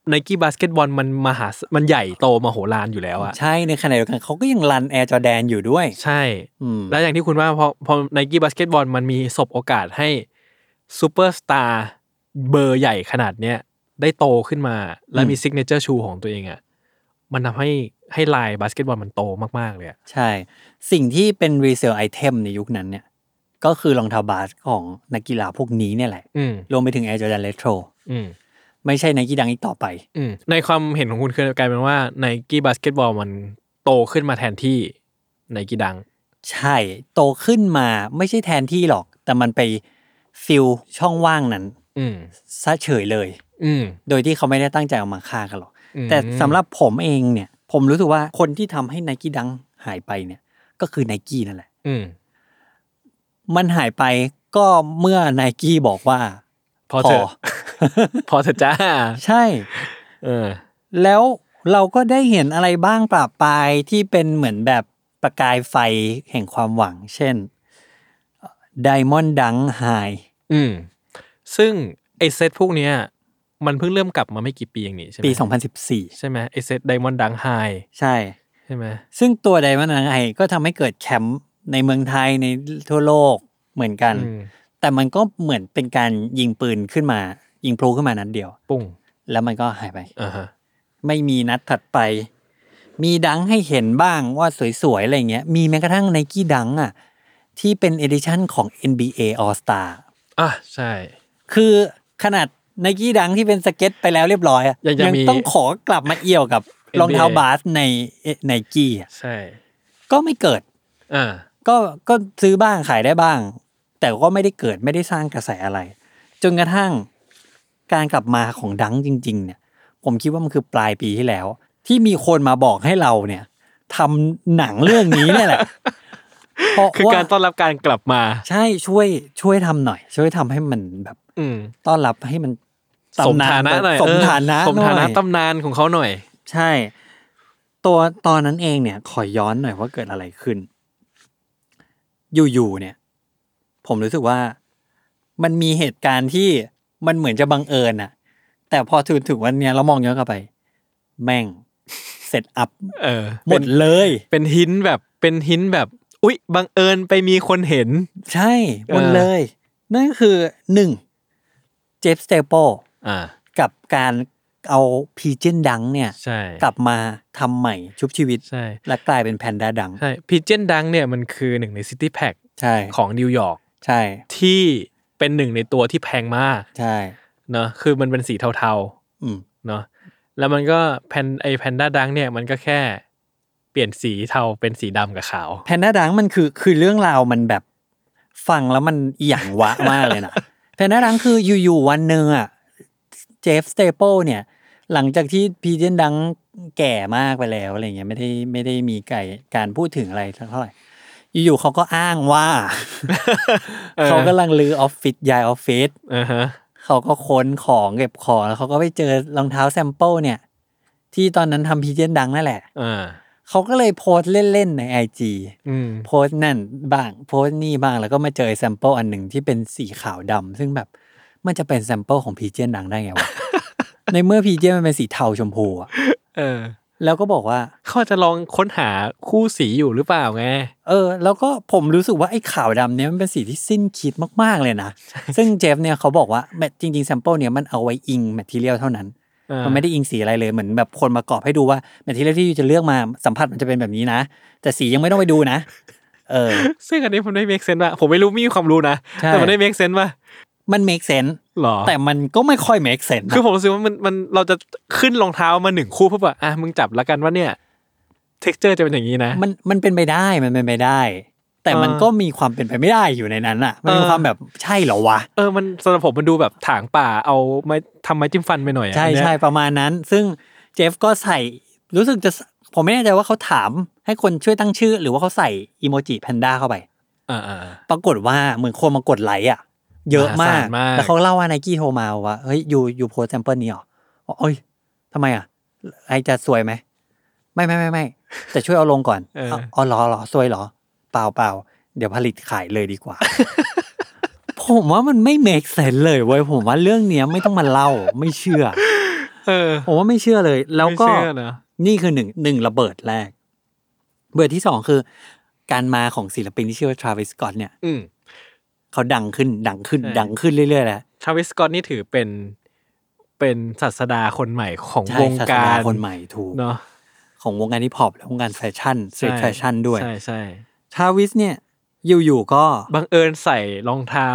C: ไนกี้บาสเกตบอลมันมหามันใหญ่โตมโหฬารอยู่แล้วอ่ะ
B: ใช่ในขณะเดียวกันเขาก็ยังรันแอร์จอแดนอยู่ด้วย
C: ใช่
B: อืม
C: แล้วอย่างที่คุณว่าพอพอไนกี้บาสเกตบอลมันมีสบโอกาสให้ซูเปอร์สตาร์เบอร์ใหญ่ขนาดเนี้ย ได้โตขึ้นมา และ
B: อืม
C: มีซิกเนเจอร์ชูของตัวเองอ่ะมันทำให้ให้ลายบาสเกตบอลมันโตมากๆเลยอะ
B: ใช่ สิ่งที่เป็นรีเซลไอเทมในยุคนั้นเนี่ย ก็คือรองเท้าบาสของนักกีฬาพวกนี้เนี่ยแหละ
C: อืม
B: รวมไปถึง Air Jordan Retro
C: อืม
B: ไม่ใช่ไนกี้ดังอีกต่อไป
C: อืมในความเห็นของคุณคือกลายเป็นว่าไนกี้บาสเกตบอลมันโตขึ้นมาแทนที่ไนกี้ดัง
B: ใช่ โตขึ้นมาไม่ใช่แทนที่หรอก แต่มันไปฟิลช่องว่างนั้น
C: อืม
B: ซะเฉยเลย
C: อืม
B: โดยที่เขาไม่ได้ตั้งใจเอามาฆ่ากันหรอก
C: อืม
B: แต่สำหรับผมเองเนี่ย ผมรู้สึกว่าคนที่ทำให้ไนกี้ดังหายไปเนี่ย ก็คือไนกี้นั่นแหละ
C: อืม
B: มันหายไปก็เมื่อไนกี้บอกว่า
C: พอเถอะ พอเถอะจ้า
B: ใช่
C: เออ
B: แล้วเราก็ได้เห็นอะไรบ้างปราปรายที่เป็นเหมือนแบบประกายไฟแห่งความหวัง เช่นไดมอนด์ดังไฮ
C: อืม ซึ่งไอเซตพวกเนี้ยมันเพิ่งเริ่มกลับมาไม่กี่ปีเองนี่ใช่ไหม
B: ปี 2014
C: ใช่ไหมไอเซตไดมอนด์ดังไฮ
B: ใช่
C: ใช่ไหม
B: ซึ่งตัวไดมอนด์ดังไฮก็ทำให้เกิดแคมป์ในเมืองไทยในทั่วโลกเหมือนกัน
C: อืม
B: แต่มันก็เหมือนเป็นการยิงปืนขึ้นมา ยิงพลูขึ้นมานัดเดียว
C: ปุ้ง
B: แล้วมันก็หายไป
C: อ่าฮะ
B: ไม่มีนัดถัดไป มีดังให้เห็นบ้างว่าสวยๆ อะไรเงี้ย มีแม้กระทั่งไนกี้ดังอ่ะ ที่เป็นเอดิชันของ NBA All Star
C: อ่ะใช่
B: คือขนาดไนกี้ดังที่เป็นสเก็ตไปแล้วเรียบร้อยอะ
C: ยังจะมี
B: ต้องขอกลับมาเอี่ยวกับ
C: NBA
B: รองเท้าบาสในไนกี้อะ
C: ใช่
B: ก็ไม่เกิด
C: อ่า
B: ก็ก็ซื้อบ้างขายได้บ้าง แต่ก็ไม่ได้เกิดไม่ได้สร้างกระแสอะไร จนกระทั่งการกลับมาของดังจริง ๆ เนี่ย ผมคิดว่ามันคือปลายปีที่แล้ว ที่มีคนมาบอกให้เราเนี่ยทำหนังเรื่องนี้เนี่ยแห ละเพราะ
C: คือ
B: ว่า
C: การต้อนรับการกลับมา
B: ใช่ช่วยช่วยทำหน่อย ช่วยทำให้มันแบบ
C: อืม
B: ต้อนรับให้มัน
C: สม
B: ตำ
C: ฐานะหน่อย
B: สม
C: เออ
B: ฐานะ
C: สมฐานะ
B: หอย
C: ตำนานของเขาหน่อย
B: ใช่ ตัวตอนนั้นเองเนี่ย ขอย้อนหน่อยว่าเกิดอะไรขึ้น อยู่ๆเนี่ย ผมรู้สึกว่ามันมีเหตุการณ์ที่มันเหมือนจะบังเอิญอะแต่พอถึงถึงวันเนี้ยเรามองย้อนกลับไป แม่งเสร็จอัพ
C: เออ
B: หม
C: เป็
B: ด
C: น
B: เลย
C: เป็นหินแบบเป็นหินแบบ อุ๊ยบังเอิญไปมีคนเห็น
B: ใช่หมด
C: เออ
B: เลย นั่นก็คือหนึ่งเจฟสเตเปล
C: อ่า
B: กับการเอาพีเจนดังเนี่ย
C: ใช่
B: กลับมาทำใหม่ชุบชีวิต
C: ใช่
B: และกลายเป็นแพนด้าดัง
C: ใช่พีเจนดังเนี่ยมันคือหนึ่งในซิตี้แพค
B: ใช่
C: ของนิวยอร์ก
B: ใช่
C: ที่เป็นหนึ่งในตัวที่แพงมาก
B: ใช่
C: เนอะคือมันเป็นสีเทา
B: อืม
C: ๆเนอะแล้วมันก็แพนไอแพนด้าดังเนี่ยมันก็แค่เปลี่ยนสีเทาเป็นสีดำกับขาว
B: แพนด้าดังมันคือคือเรื่องราวมันแบบฟังแล้วมันอหย่างวะมากเลยนะ แพนด้าดังคืออยู่ๆวันหนึ่งอ่ะเจฟสเตเปิลเนี่ย หลังจากที่พีเจนดังแก่มากไปแล้วอะไรเงี้ยไม่ได้ไม่ได้มีไก่การพูดถึงอะไรเท่าไหร่ อยู่ๆเขาก็อ้างว่า
C: เออ
B: เขากำลังลือออฟฟิศย้ายออฟฟิศ
C: อ่าฮะ
B: เขาก็ค้นของเก็บของแล้วเขาก็ไปเจอรองเท้าแซมเปิลเนี่ย ที่ตอนนั้นทำพีเจนดังนั่นแหละ
C: อ่า
B: เขาก็เลยโพสต์เล่น ๆ ใน IG
C: อืม
B: โพสต์นั่นบ้าง โพสต์นี่บ้างแล้วก็มาเจอแซมเปิลอันหนึ่งที่เป็นสีขาวดำซึ่งแบบมันจะเป็นแซมเปิลของพีเจนดังได้ไง วะ ในเมื่อพีเจนมันเป็นสีเทาชมพูอะ
C: เออ
B: แล้วก็บอกว่า
C: เขาอาจจะลองค้นหาคู่สีอยู่หรือเปล่าไง
B: เออ แล้วก็ผมรู้สึกว่าไอ้ขาวดำเนี่ยมันเป็นสีที่สิ้นคิดมากๆเลยนะซึ่งเจฟเนี่ยเขาบอกว่าแมทจริงๆแซมเปิลเนี่ยมันเอาไว้อิงแมทเทียลเท่านั้น มันไม่ได้อิงสีอะไรเลยเหมือนแบบคนมากรอบให้ดูว่าแมทเทียลที่อยู่จะเลือกมาสัมผัสมันจะเป็นแบบนี้นะ แต่สียังไม่ต้องไปดูนะ เออ
C: ซึ่งอันนี้มันได้เมคเซนต์ป่ะผมไม่รู้ไม่มีความรู้นะ
B: ใช่
C: แต่มันได้เมคเซนต์ป่ะ
B: มัน make sense
C: หรอ
B: แต่มันก็ไม่ค่อย make sense นะ
C: คือผมรู้สึกว่ามันมันเราจะขึ้นรองเท้ามาหนึ่งคู่เพื่อแบบอ่ะมึงจับแล้วกันว่าเนี่ย เท็กเจอร์จะเป็นอย่างนี้นะ
B: มันมันเป็นไปได้มันเป็นไปได้ แต่มัน
C: เออ
B: ก็มีความเป็นไปไม่ได้อยู่ในนั้นอ่ะ มันมี
C: เออ
B: ความแบบใช่เหรอวะ
C: เออมันสำหรับผมมันดูแบบถางป่าเอาไม้ทำไม้จิ้มฟันไปหน่อยอะ
B: ใช่
C: อันเนี้ย
B: ใช่ประมาณนั้น ซึ่งเจฟก็ใส่รู้สึกจะผมไม่แน่ใจว่าเขาถามให้คนช่วยตั้งชื่อ หรือว่าเขาใส่อีโมจิแพนด้าเข้าไป
C: อ่าอ่า
B: ปรากฏว่าเหมือนคนมากดไลค์อ่ะ เยอะมาม
C: หาก ศาลมาก
B: แล้วเขาเล่าว่าไนกี้โทรมาว่าเฮ้ยอยู่อยู่โพสแซมเปิลนี้เหรอบอกเอ้ยทำไมอ่ะไอจะสวยไหมไม่ไม่ไม่ไม่แต่ช่วยเอาลงก่อน
C: เออ
B: เอาอ๋อเหรอเหรอสวยเหรอ เปล่าเปล่าเดี๋ยวผลิตขายเลยดีก ว่า ผมว่ามันไม่ make sense เลยเว้ยผมว่าเรื่องเนี้ยไม่ต้องมาเล่าไม่เชื่อ
C: เออ
B: ผมว่าไม่เชื่อเลย แล้วก็
C: ไม่เชื่อนะ
B: นี่คือหนึ่งหนึ่งระเบิดแรกระเบิดที่สองคือ การมาของศิลปินที่ชื่อว่าทราวิสกอตเนี่ย
C: อืม
B: เขาดังขึ้นดังขึ้น
C: ใช่
B: ดังขึ้นเรื่อยๆแล้ว
C: ทาวิสกอตนี่ถือเป็น เป็นศาสดาคนใหม่ของ
B: ใช่
C: วงกา
B: ศส
C: ร
B: ดคนใหม่ถูก
C: เนาะ
B: ของวงการฮิปฮอปและวงการแฟชั่นสตรีทแฟชั่นด้วย
C: ใช่ใช่
B: ทราวิสเนี่ยอยู่ๆก็
C: บังเอิญใส่รองเท้า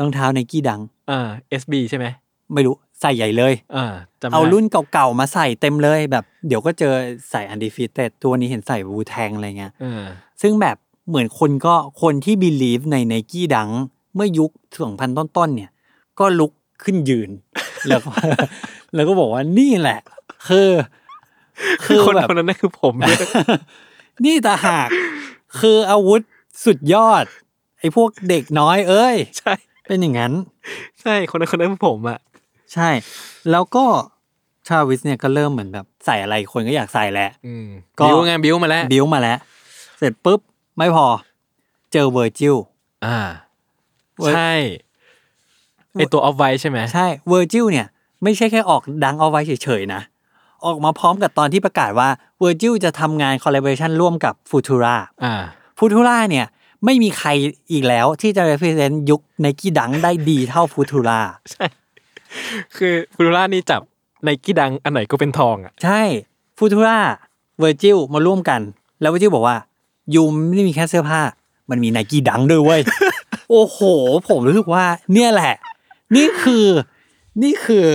C: ร
B: องเท้าไนกี้ดัง
C: อ่า SB ใช่ไหม
B: ไม่รู้ใส่ใหญ่เลย
C: อ่าจำได้
B: เอารุ่นเก่าๆ มาใส่เต็มเลยแบบ เดี๋ยวก็เจอใส่อันดิฟิเตตัวนี้เห็นใส่บูแทงอะไรเงี้ย
C: อ่า
B: ซึ่งแบบเหมือนคนก็คนที่บิลีฟในไนกี้ดัง เมื่อยุค2 0 0 0 ต้นๆเนี่ย ก็ลุกขึ้นยืน แล้วก็ แล้วก็บอกว่านี่แหละ คือ
C: คือคน
B: แบบ
C: คนนั้นนั่นคือผม
B: นี่ตางหาก คืออาวุธสุดยอด ไอ้พวกเด็กน้อยเอ้ย
C: ใช่
B: เป็นอย่างนั้น
C: ใช่คนนั้นคนนั้นคือผมอ่ะ
B: ใช่ แล้วก็ทราวิสเนี่ยก็เริ่มเหมือนแบบใส่อะไรคนก็อยากใส่แหละ
C: อืม
B: ก็
C: บิวไงบิวมาแล้ว
B: บิวมาแล้ว เสร็จปุ๊บ ไม่พอ เจอเวอร์จิล
C: อ่า
B: เว้ย
C: ใช่ไอตัวออฟไวใช่ไหม
B: ใช่เวอร์จิลเนี่ย ไม่ใช่แค่ออกดังเอาไว้เฉยๆนะ ออกมาพร้อมกับตอนที่ประกาศว่าเวอร์จิลจะทำงานคอล l a b o r a t i o n ร่วมกับฟูทูรา
C: อ่า
B: ฟูทูราเนี่ย ไม่มีใครอีกแล้วที่จะ represent ยุคในกี้ดังได้ดีเท่าฟูทูรา
C: คือฟูรูล่านี่จับในกี้ดังอันไหนก็เป็นทองอ่ะ
B: ใช่ฟูทูราเวอร์จิลมาร่วมกัน แล้วเวอร์จิลบอกว่ายูไม่ได้มีแค่เสื้อผ้า มันมีไนกี้ดังด้วยเว้ย โอ้โห ผมรู้สึกว่า เนี่ยแหละ นี่คือ นี่คือ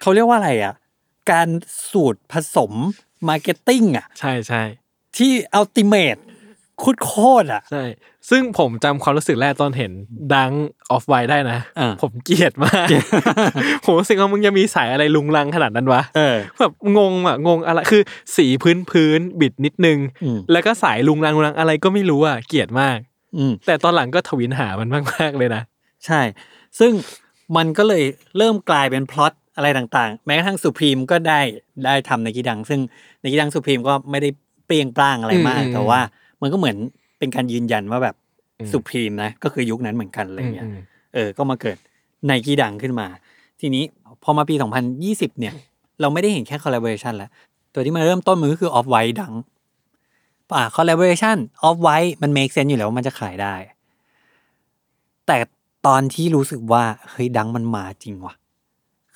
B: เขาเรียกว่าอะไรอ่ะ การสูตรผสมมาร์เก็ตติ้งอ่ะ
C: ใช่ใช่
B: ที่อัลติเมทคุดโคตรๆอ่ะ
C: ใช่ ซึ่งผมจำความรู้สึกแรกตอนเห็นดังออฟไวได้นะ
B: อ่า
C: ผมเกลียดมาก ผมรู้สึกว่ามึงจะมีสายอะไรลุงลังขนาดนั้นวะ
B: เออ
C: แบบงงอ่ะงงอะไรคือสีพื้นพื้นบิดนิดนึง
B: อืม
C: แล้วก็สายลุงลังลุงลังอะไรก็ไม่รู้อ่ะเกลียดมาก
B: อืม
C: แต่ตอนหลังก็ทวินหามันมากๆเลยนะ
B: ใช่ ซึ่งมันก็เลยเริ่มกลายเป็นพล็อตอะไรต่างๆ แม้กระทั่งสุพรีมก็ได้ได้ทำในกีดัง ซึ่งในกีดังสุพรีมก็ไม่ได้เปรียงปร้างอะไรมาก
C: อืม
B: แต่ว่ามันก็เหมือนเป็นการยืนยันว่าแบบ
C: อืม
B: สุพรีมนะก็คือยุคนั้นเหมือนกันอะไรเงี้ย
C: อืม
B: เออ ก็มาเกิดไนกี้ดังขึ้นมา ทีนี้พอมาปี 2020 เนี่ย เราไม่ได้เห็นแค่ collaboration แล้ว ตัวที่มาเริ่มต้นมันก็คือ off white ดัง อ่า collaboration off white มัน make sense อยู่แล้วว่ามันจะขายได้ แต่ตอนที่รู้สึกว่า เฮ้ย ดังมันมาจริงว่ะ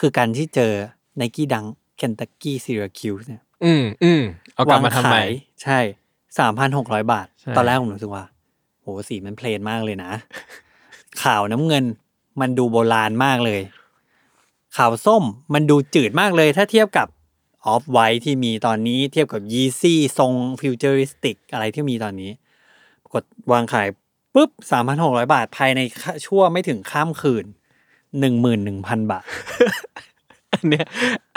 B: คือการที่เจอไนกี้ดัง Kentucky Syracuse เนี่ย
C: อืมอืมเอากลับมาว
B: ง
C: ทำใหม่
B: ขยใช่สามพันหกร้อยบาท
C: ใช่
B: ตอนแรกผมรู้สึกว่าโหสีมันเพลนมากเลย นะ ขาวน้ำเงินมันดูโบราณมากเลย ขาวส้มมันดูจืดมากเลย ถ้าเทียบกับออฟไวท์ที่มีตอนนี้เทียบกับยีซี่ทรงฟิวเจอริสติกอะไรที่มีตอนนี้ ปรากฏวางขายปุ๊บสามพันหกร้อยบาท ภายในชั่วไม่ถึงข้ามคืนหนึ่งหมื่นหนึ่งพัน บาท
C: อันเนี้ย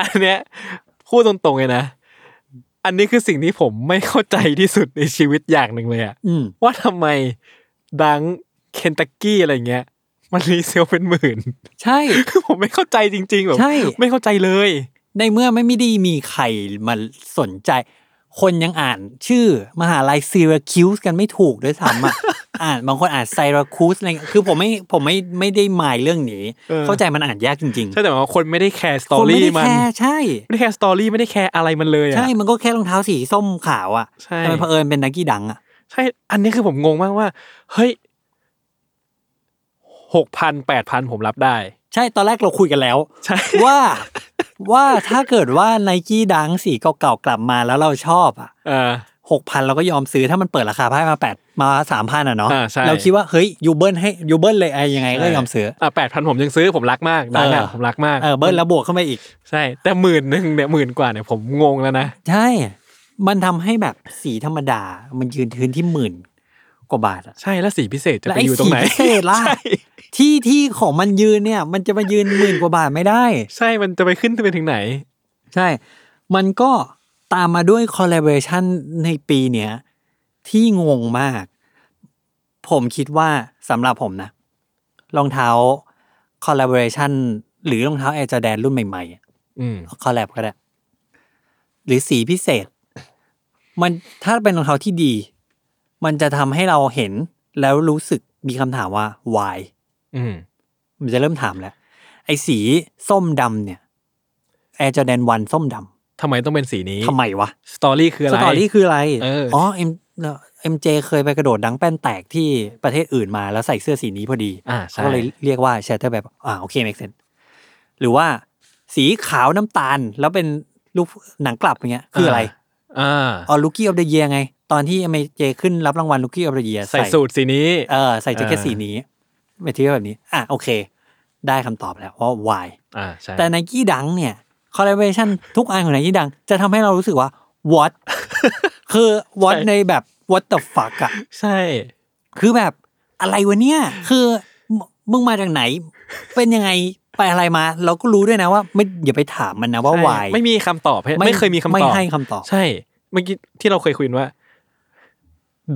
C: อันเนี้ยพูดตรงๆเลยนะ อันนี้คือสิ่งที่ผมไม่เข้าใจที่สุดในชีวิตอย่างหนึ่งเลยอะ
B: อืม
C: ว่าทำไมดังเคนตักกี้อะไรเงี้ย มันรีเซลเป็นหมื่น
B: ใช่
C: คือผมไม่เข้าใจจริงๆแบบ
B: ใช่
C: ไม่เข้าใจเลย
B: ในเมื่อไม่ไดีมีใครมาสนใจ คนยังอ่านชื่อมหาลัยซีราคิวส์กันไม่ถูกด้วยซ้ำ อ่ะ อ่านบางคนอ่านไซราคูสอะไรคือผมไม่ผมไม่ไม่ได้หมายเรื่องนี้
C: เออ
B: เข้าใจมันอ่านยากจริง
C: ใช่แต่ว่าคนไม่ได้แคร์ส
B: ๆ
C: ตอ
B: คนไม่
C: รี่
B: ได้
C: มัน
B: แคร์ใช่
C: ไม่ได้แคร์สตอรี่ไม่ได้แคร์อะไรมันเลยอะ
B: ใช่มันก็แค่รองเท้าสีส้มขาวอ่ะ
C: ใช่
B: แต่มันเผอิญเป็นนักกีดังอ่ะ
C: ใช่ อันนี้คือผมงงมากว่า เฮ้ยหกพันแปดพันผมรับได้
B: ใช่ตอนแรกเราคุยกันแล้ว
C: ใช่
B: ว่าว่าถ้าเกิดว่าไนกี้ดังสีเก่าๆกลับมาแล้วเราชอบอ่ะ
C: เออ
B: หกพันเราก็ยอมซื้อถ้ามันเปิดราคาไพ่มาแปดมาสามพันอ่ะเนาะ
C: อ่าใช่
B: เราคิดว่าเฮ้ยยูเบิลให้ยูเบิลเลยไอ้ยังไงก็ยอมซื้อ
C: อ่ะแปดพันผมยังซื้อผมรักมากดังอ่ะ
B: เออ
C: ผมรักมาก
B: เออเบิลแล้วบวกเข้าไปอีก
C: ใช่ แต่หมื่นหนึ่งเนี่ยหมื่นกว่าเนี่ยผมงงแล้วนะ
B: ใช่ มันทำให้แบบสีธรรมดา มันยืนพื้นที่หมื่นกว่าบาทอะ
C: ใช่แล้วสีพิเศษจะ
B: และ
C: ไป
B: ไอ้
C: อยู่ตร
B: สี
C: งไหน
B: พิเศษล่ะ
C: ใช่
B: ที่ที่ของมันยืนเนี่ย มันจะมายืนหมื่นกว่าบาทไม่ได้
C: ใช่มันจะไปขึ้นไปถึงไหน
B: ใช่ มันก็ตามมาด้วย collaboration ในปีเนี้ยที่งงมาก ผมคิดว่าสำหรับผมนะ รองเท้า collaboration หรือรองเท้าแอร์จอแดนรุ่นใหม่ๆอะ
C: อืม
B: คอลแลบก็ได้ หรือสีพิเศษ มันถ้าเป็นรองเท้าที่ดี มันจะทำให้เราเห็นแล้วรู้สึกมีคำถามว่า why
C: อืม
B: มันจะเริ่มถามแล้ว ไอ้สีส้มดำเนี่ย Air Jordan 1 ส้มดำ
C: ทำไมต้องเป็นสีนี้
B: ทำไมวะ
C: สตอรี่คืออะ
B: ส
C: ไร
B: ตอรี่คืออะไร
C: เอออ๋
B: อ๋อเอ็มเอ็มเจเคยไปกระโดดดังแป้นแตกที่ประเทศอื่นมาแล้วใส่เสื้อสีนี้พอดี
C: อ่า
B: เขา
C: ใช่
B: ก็เลยเรียกว่าแชตเตอร์แบบอ่าโอเคเมกเซนหรือว่า สีขาวน้ำตาล แล้วเป็นรูปหนังกลับอย่างเงี้ยคืออะไร
C: อ่า
B: อ๋อลูกี้ออฟเดเยียไง ตอนที่เมเจขึ้นรับรางวัลลูกี้ออฟเดเยีย
C: ใส่สูตรสีนี้
B: เออใส่แจ็คเก็ต
C: อ่า
B: สีนี้เมเจแบบนี้ อ่ะโอเค ได้คำตอบแล้วว่า why
C: อ่าใช่
B: แต่ไนกี้ดังเนี่ยคอลเล b เ r ชันทุกอันของไนกี้ดัง จะทำให้เรารู้สึกว่า what คือ what ในแบบ what the fuck อะ
C: ใช่
B: คือแบบอะไรวะเนี่ย คือมมึงมาจากไหน เป็นยังไงไปอะไรมา เราก็รู้ด้วยนะว่า ไม่อย่าไปถามมันนะว่า
C: ใช่
B: why
C: ไม่มีคำตอบให้
B: ไม่
C: ไม่เคยมีคำตอบ
B: ไม่ให้คำตอบ
C: ใช่ เมื่อกี้ที่เราเคยคุยกันว่า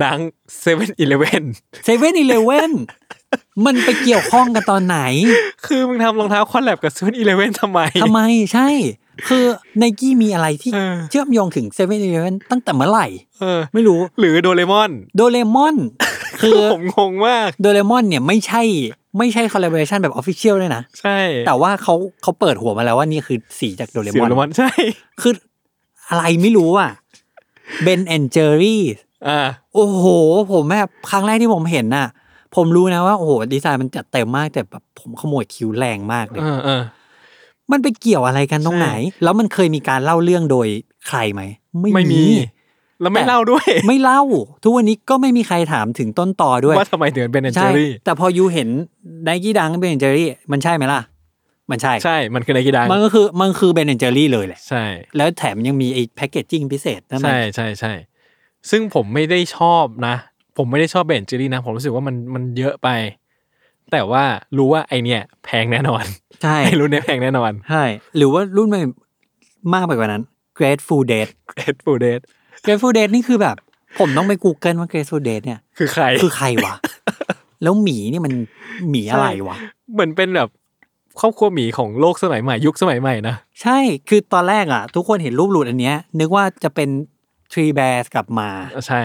C: ดังเซเว่นอีเลเว่น
B: เซเว่นอีเลเว่นมันไปเกี่ยวข้องกันตอนไหน
C: คือมึงทำรองเท้าคอนแลบกับเซเว่นอีเลเว่นทำไม
B: ทำไมใช่ คือไนกี้มีอะไรที่
C: เออ
B: เชื่อมโยงถึงเซเว่นอีเลเว่นตั้งแต่เมื่อไหร่
C: เออ
B: ไม่รู้
C: หรือโดเรมอน
B: โดเรมอน
C: คื
B: คือ อ
C: ผมงงมาก
B: โดเรมอนเนี่ยไม่ใช่ไม่ใช่คอลลาบอร์ชันแบบออฟฟิเชียลด้วยนะ
C: ใช่
B: แต่ว่าเขาเขาเปิดหัวมาแล้วว่านี่คือสีจากโดเร
C: เสี่ยวโดเร
B: ม
C: ม
B: อ
C: อน นใช่
B: คืออะไรไม่รู้อ่ะเบนแอนเจอรี่
C: อ่า
B: โอ้โห ผมแบบครั้งแรกที่ผมเห็นน่ะ ผมรู้นะว่า โอ้โห ดีไซน์มันจัดเต็มมาก แต่แบบผมขโมยคิวแรงมากเลย
C: เออเออ
B: มันไปเกี่ยวอะไรกันตรงไหน แล้วมันเคยมีการเล่าเรื่องโดยใครไหม
C: ไม่มี แล้วไม่เล่าด้วย
B: ไม่เล่า ทุกวันนี้ก็ไม่มีใครถามถึงต้นต่อด้วย
C: ว่าทำไมถึงเป็นแอนเจ
B: ใช่
C: อรี่
B: แต่พอยูเห็นไนกี้ดังเบนเจอรี่ มันใช่ไหมล่ะ มันใช่
C: ใช่ มันคือไนกี้ดัง
B: มันก็คือมันคือเบนเจอรี่เลยแหละ
C: ใช่
B: แล้วแถมยังมีไอ้แพคเกจจิ้งพิเศษนั่นแห
C: ใช่
B: ละ
C: ใช่ใช่ ซึ่งผมไม่ได้ชอบนะ ผมไม่ได้ชอบแบรนด์แอนเจอรี่นะ ผมรู้สึกว่ามันมันเยอะไป แต่ว่ารู้ว่าไอเนี่ย แพงแน่นอน
B: ใช่
C: ไอรุ่นเนี้ยแพงแน่นอน
B: ใช่ หรือว่ารุ่นใหม่มากไปกว่านั้น Grateful Dead
C: เอ็ดฟูเดส
B: Grateful Dead นี่คือแบบ ผมต้องไป Google ว่า Grateful Dead เนี่ย
C: คือใคร
B: คือใคร วะ แล้วหมีเนี่ยมันหมีอะไรวะ
C: เหมือนเป็นแบบครอบครัวหมีของโลกสมัยใหม่ ยุคสมัยใหม่นะ
B: ใช่ คือตอนแรกอ่ะ ทุกคนเห็นรูปหลุดอันเนี้ย นึกว่าจะเป็น Tree Bears กลับมา
C: ใช่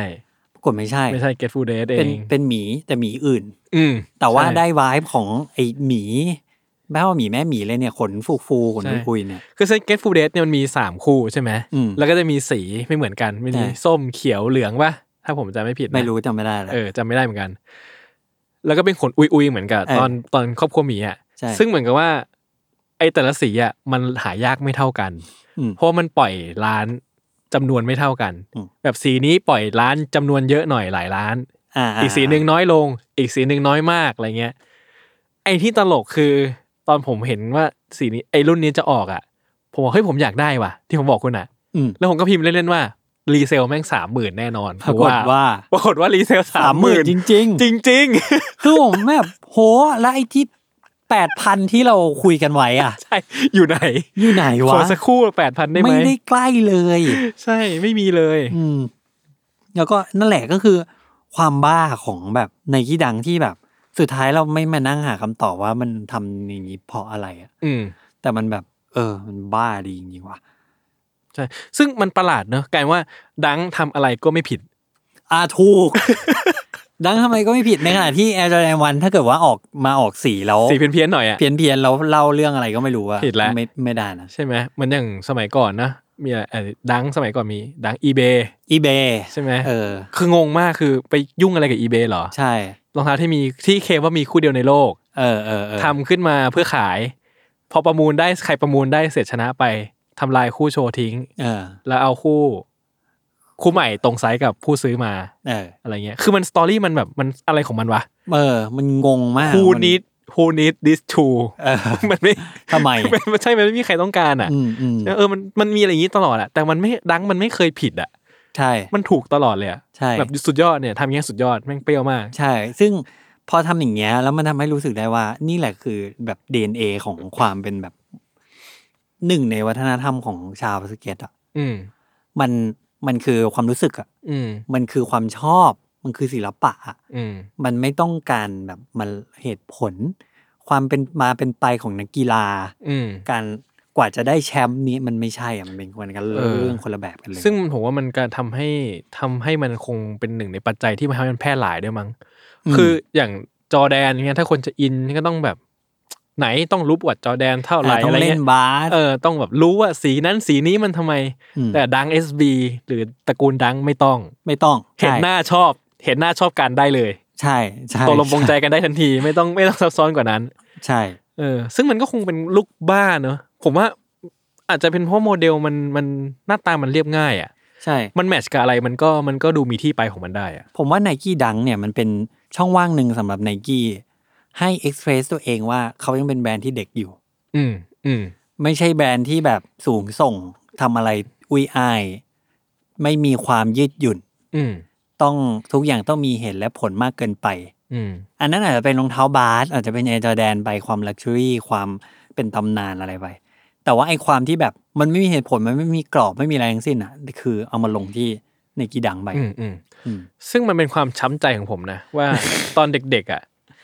B: ปรากฏไม่ใช่
C: ไม่ใช่ Get Food Date เอ
B: เป็น
C: ง
B: เป็นหมีแต่หมีอื่น
C: อืม
B: แต่ว่า
C: ใช่
B: ได้วายของไอหมีแม้ว่าหมีแม่หมีเลยเนี่ยขนฟูฟูๆขน
C: ใช่
B: คุยๆเนี่ย
C: คือเซน Get Food Date เนี่ยมันมีสามคู่ใช่ไหม
B: อืม
C: แล้วก็จะมีสีไม่เหมือนกันมัน
B: ใช่
C: มีส้มเขียวเหลืองปะถ้าผมจำไม่ผิดนะ
B: ไม่รู้จำไม่ได้แล้ว
C: เออจำไม่ได้เหมือนกัน แล้วก็เป็นขนอุยๆเหมือนกับ
B: เออ
C: ตอนตอนครอบครัวหมีอ่ะ
B: ใช่
C: ซึ่งเหมือนกับว่า ไอแต่ละสีอ่ะมันหายากไม่เท่ากัน
B: อืม
C: เพราะมันปล่อยร้านจำนวนไม่เท่ากัน
B: อืม
C: แบบสีนี้ปล่อยร้านจำนวนเยอะหน่อยหลายร้าน
B: อ่า
C: อีกสีหนึ่งน้อยลง อีกสีหนึ่งน้อยมากอะไรเงี้ย ไอ้ที่ตลกคือ ตอนผมเห็นว่าสีนี้ไอ้รุ่นนี้จะออกอ่ะ ผมบอกเฮ้ยผมอยากได้ว่ะ ที่ผมบอกคุณอ่ะ
B: อืม
C: แล้วผมก็พิมพ์เล่นๆว่ารีเซลแม่งสามหมื่นแน่นอน
B: ปรากฏว่า
C: ปรากฏว่ารีเซล
B: สา
C: สาม ม
B: ห
C: ห
B: มื่
C: มื่
B: น
C: น
B: จริง
C: จริงจริง
B: ๆ คือผมแบบโหแล้วไอที่แปดพันที่เราคุยกันไว้อ่ะ
C: ๆ ใช่ อยู่ไหน
B: อยู่ไหน
C: ข
B: วะ
C: อสักคู่แปดพันได้ไหม
B: ไม่ได้ใกล้เลย
C: ใช่ไม่มีเลย
B: อืม แล้วก็นั่นแหละก็คือ ความบ้าของแบบในกี้ดังที่แบบ สุดท้ายเราไม่มานั่งหาคำตอบว่ามันทำอย่างนี้เพราะอะไรอ่ะ
C: อืม
B: แต่มันแบบ เออ มันบ้าดีจริงๆว่ะ
C: ใช่ซึ่งมันประหลาดเนอะกลายว่าดังทำอะไรก็ไม่ผิด
B: อ่าถู ก ดังทำไมก็ไม่ผิดในขณะที่แอร์จอแดนวันถ้าเกิดว่าออกมาออกสีแล้ว
C: สีเพี้ยนๆหน่อยอะ
B: เพี้ยนเพียนๆแล้วเล่าเรื่องอะไรก็ไม่รู้อะ
C: ผิดแล้ว
B: ไม่ไม่ได้นะ
C: ใช่ไหมเหมันอย่างสมัยก่อนนะมีอะไรเอ่อดังสมัยก่อนมีดังอีเบ
B: อีเบ
C: ใช่ไหม
B: เออ
C: คืองงมากคือไปยุ่งอะไรกับอีเบเหรอ
B: ใช่
C: รองเท้าที่มีที่เคลมว่ามีคู่เดียวในโลก
B: เออเออเออ
C: ทำขึ้นมาเพื่อขาย พอประมูลได้ใครประมูลได้เสร็จชนะไปทำลายคู่โชว์ทิ้ง
B: เออ
C: แล้วเอาคู่ คู่ใหม่ตรงไซส์กับผู้ซื้อมา
B: เออ
C: อะไรเงี้ยคือมันสตอรี่มันแบบมันอะไรของมันวะ
B: เออ มันงงมาก
C: who
B: มัน
C: need who need this two
B: เออ
C: มัน ไม่
B: ทำไม
C: นมันใช่มันไม่มีใครต้องการอ่ะ
B: อืมอืม
C: เออมันมันมีอะไรอย่างนี้ตลอดอะแต่มันไม่ดังมันไม่เคยผิดอะ
B: ใช่
C: มันถูกตลอดเลยอะ
B: ใช่
C: แบบสุดยอดเนี่ยทำอย่างเงี้ยสุดยอดแม่งเปรี้ยวมาก
B: ใช่ ซึ่งพอทำอย่างเงี้ย แล้วมันทำให้รู้สึกได้ว่า นี่แหละคือแบบ DNA ของความเป็นแบบหนึ่งในวัฒนธรรมของชาวสเก็ตอะ
C: อืม
B: มันมันคือความรู้สึกอะ
C: อืม
B: มันคือความชอบ มันคือศิลปะอะ
C: อืม
B: มันไม่ต้องการแบบมันเหตุผล ความเป็นมาเป็นไปของนักกีฬา
C: อืม
B: การกว่าจะได้แชมป์นี้มันไม่ใช่อะมันเป็นคนกัน
C: เออ
B: เรื่องคนละแบบกันเลย
C: ซึ่งผมว่ามันการทำให้ทำให้มันคงเป็นหนึ่งในปัจจัยที่มันทำให้มันแพร่หลายด้วยมั้ง
B: ม
C: คืออย่างจอร์แดนเงี้ยถ้าคนจะอินก็ต้องแบบ ไหนต้องรู้ประวัติจอร์แดนเท่าไหร่
B: อ่าต้อ
C: อะไร
B: งเล่
C: เงี้
B: น
C: ย
B: บาส
C: เออต้องแบบรู้ว่าสีนั้นสีนี้มันทำไม
B: ม
C: แต่ดังเอสบีหรือตระกูลดังไม่ต้อง
B: ไม่ต้อง
C: เห็น
B: ใช่
C: หน้าชอบเห็นหน้าชอบกันได้เลย
B: ใช่ใช่
C: ตกลงปรงใจกันได้ทันทีไม่ต้องไม่ต้องซับซ้อนกว่านั้น
B: ใช่
C: เออซึ่งมันก็คงเป็นลูกบ้าเนอะ ผมว่าอาจจะเป็นเพราะโมเดลมันมันหน้าตามันเรียบง่ายอ่ะ
B: ใช่
C: มันแมทช์กับอะไรมันก็มันก็ดูมีที่ไปของมันได้อ่ะ
B: ผมว่าไนกี้ดังเนี่ยมันเป็นช่องว่างหนึ่งสำหรับไนกี้ให้เอ็กเพรสตัวเองว่าเขายังเป็นแบรนด์ที่เด็กอยู่
C: อืมอืม
B: ไม่ใช่แบรนด์ที่แบบสูงส่งทำอะไรอุยอาย ไม่มีความยืดหยุ่น
C: อืม
B: ต้องทุกอย่างต้องมีเหตุและผลมากเกินไป
C: อืม
B: อันนั้นอาจจะเป็นรองเท้าบาสอาจจะเป็นแอร์จอแดนไปความลักชัวรี่ความเป็นตำนานอะไรไป แต่ว่าไอ้ความที่แบบมันไม่มีเหตุผลมันไม่มีกรอบไม่มีอะไรทั้งสิ้นอ่ะ คือเอามาลงที่ในกีดังไป
C: อืมอืม
B: อืม
C: ซึ่งมันเป็นความช้ำใจของผมนะ ว่า ตอนเด็กๆอ่ะ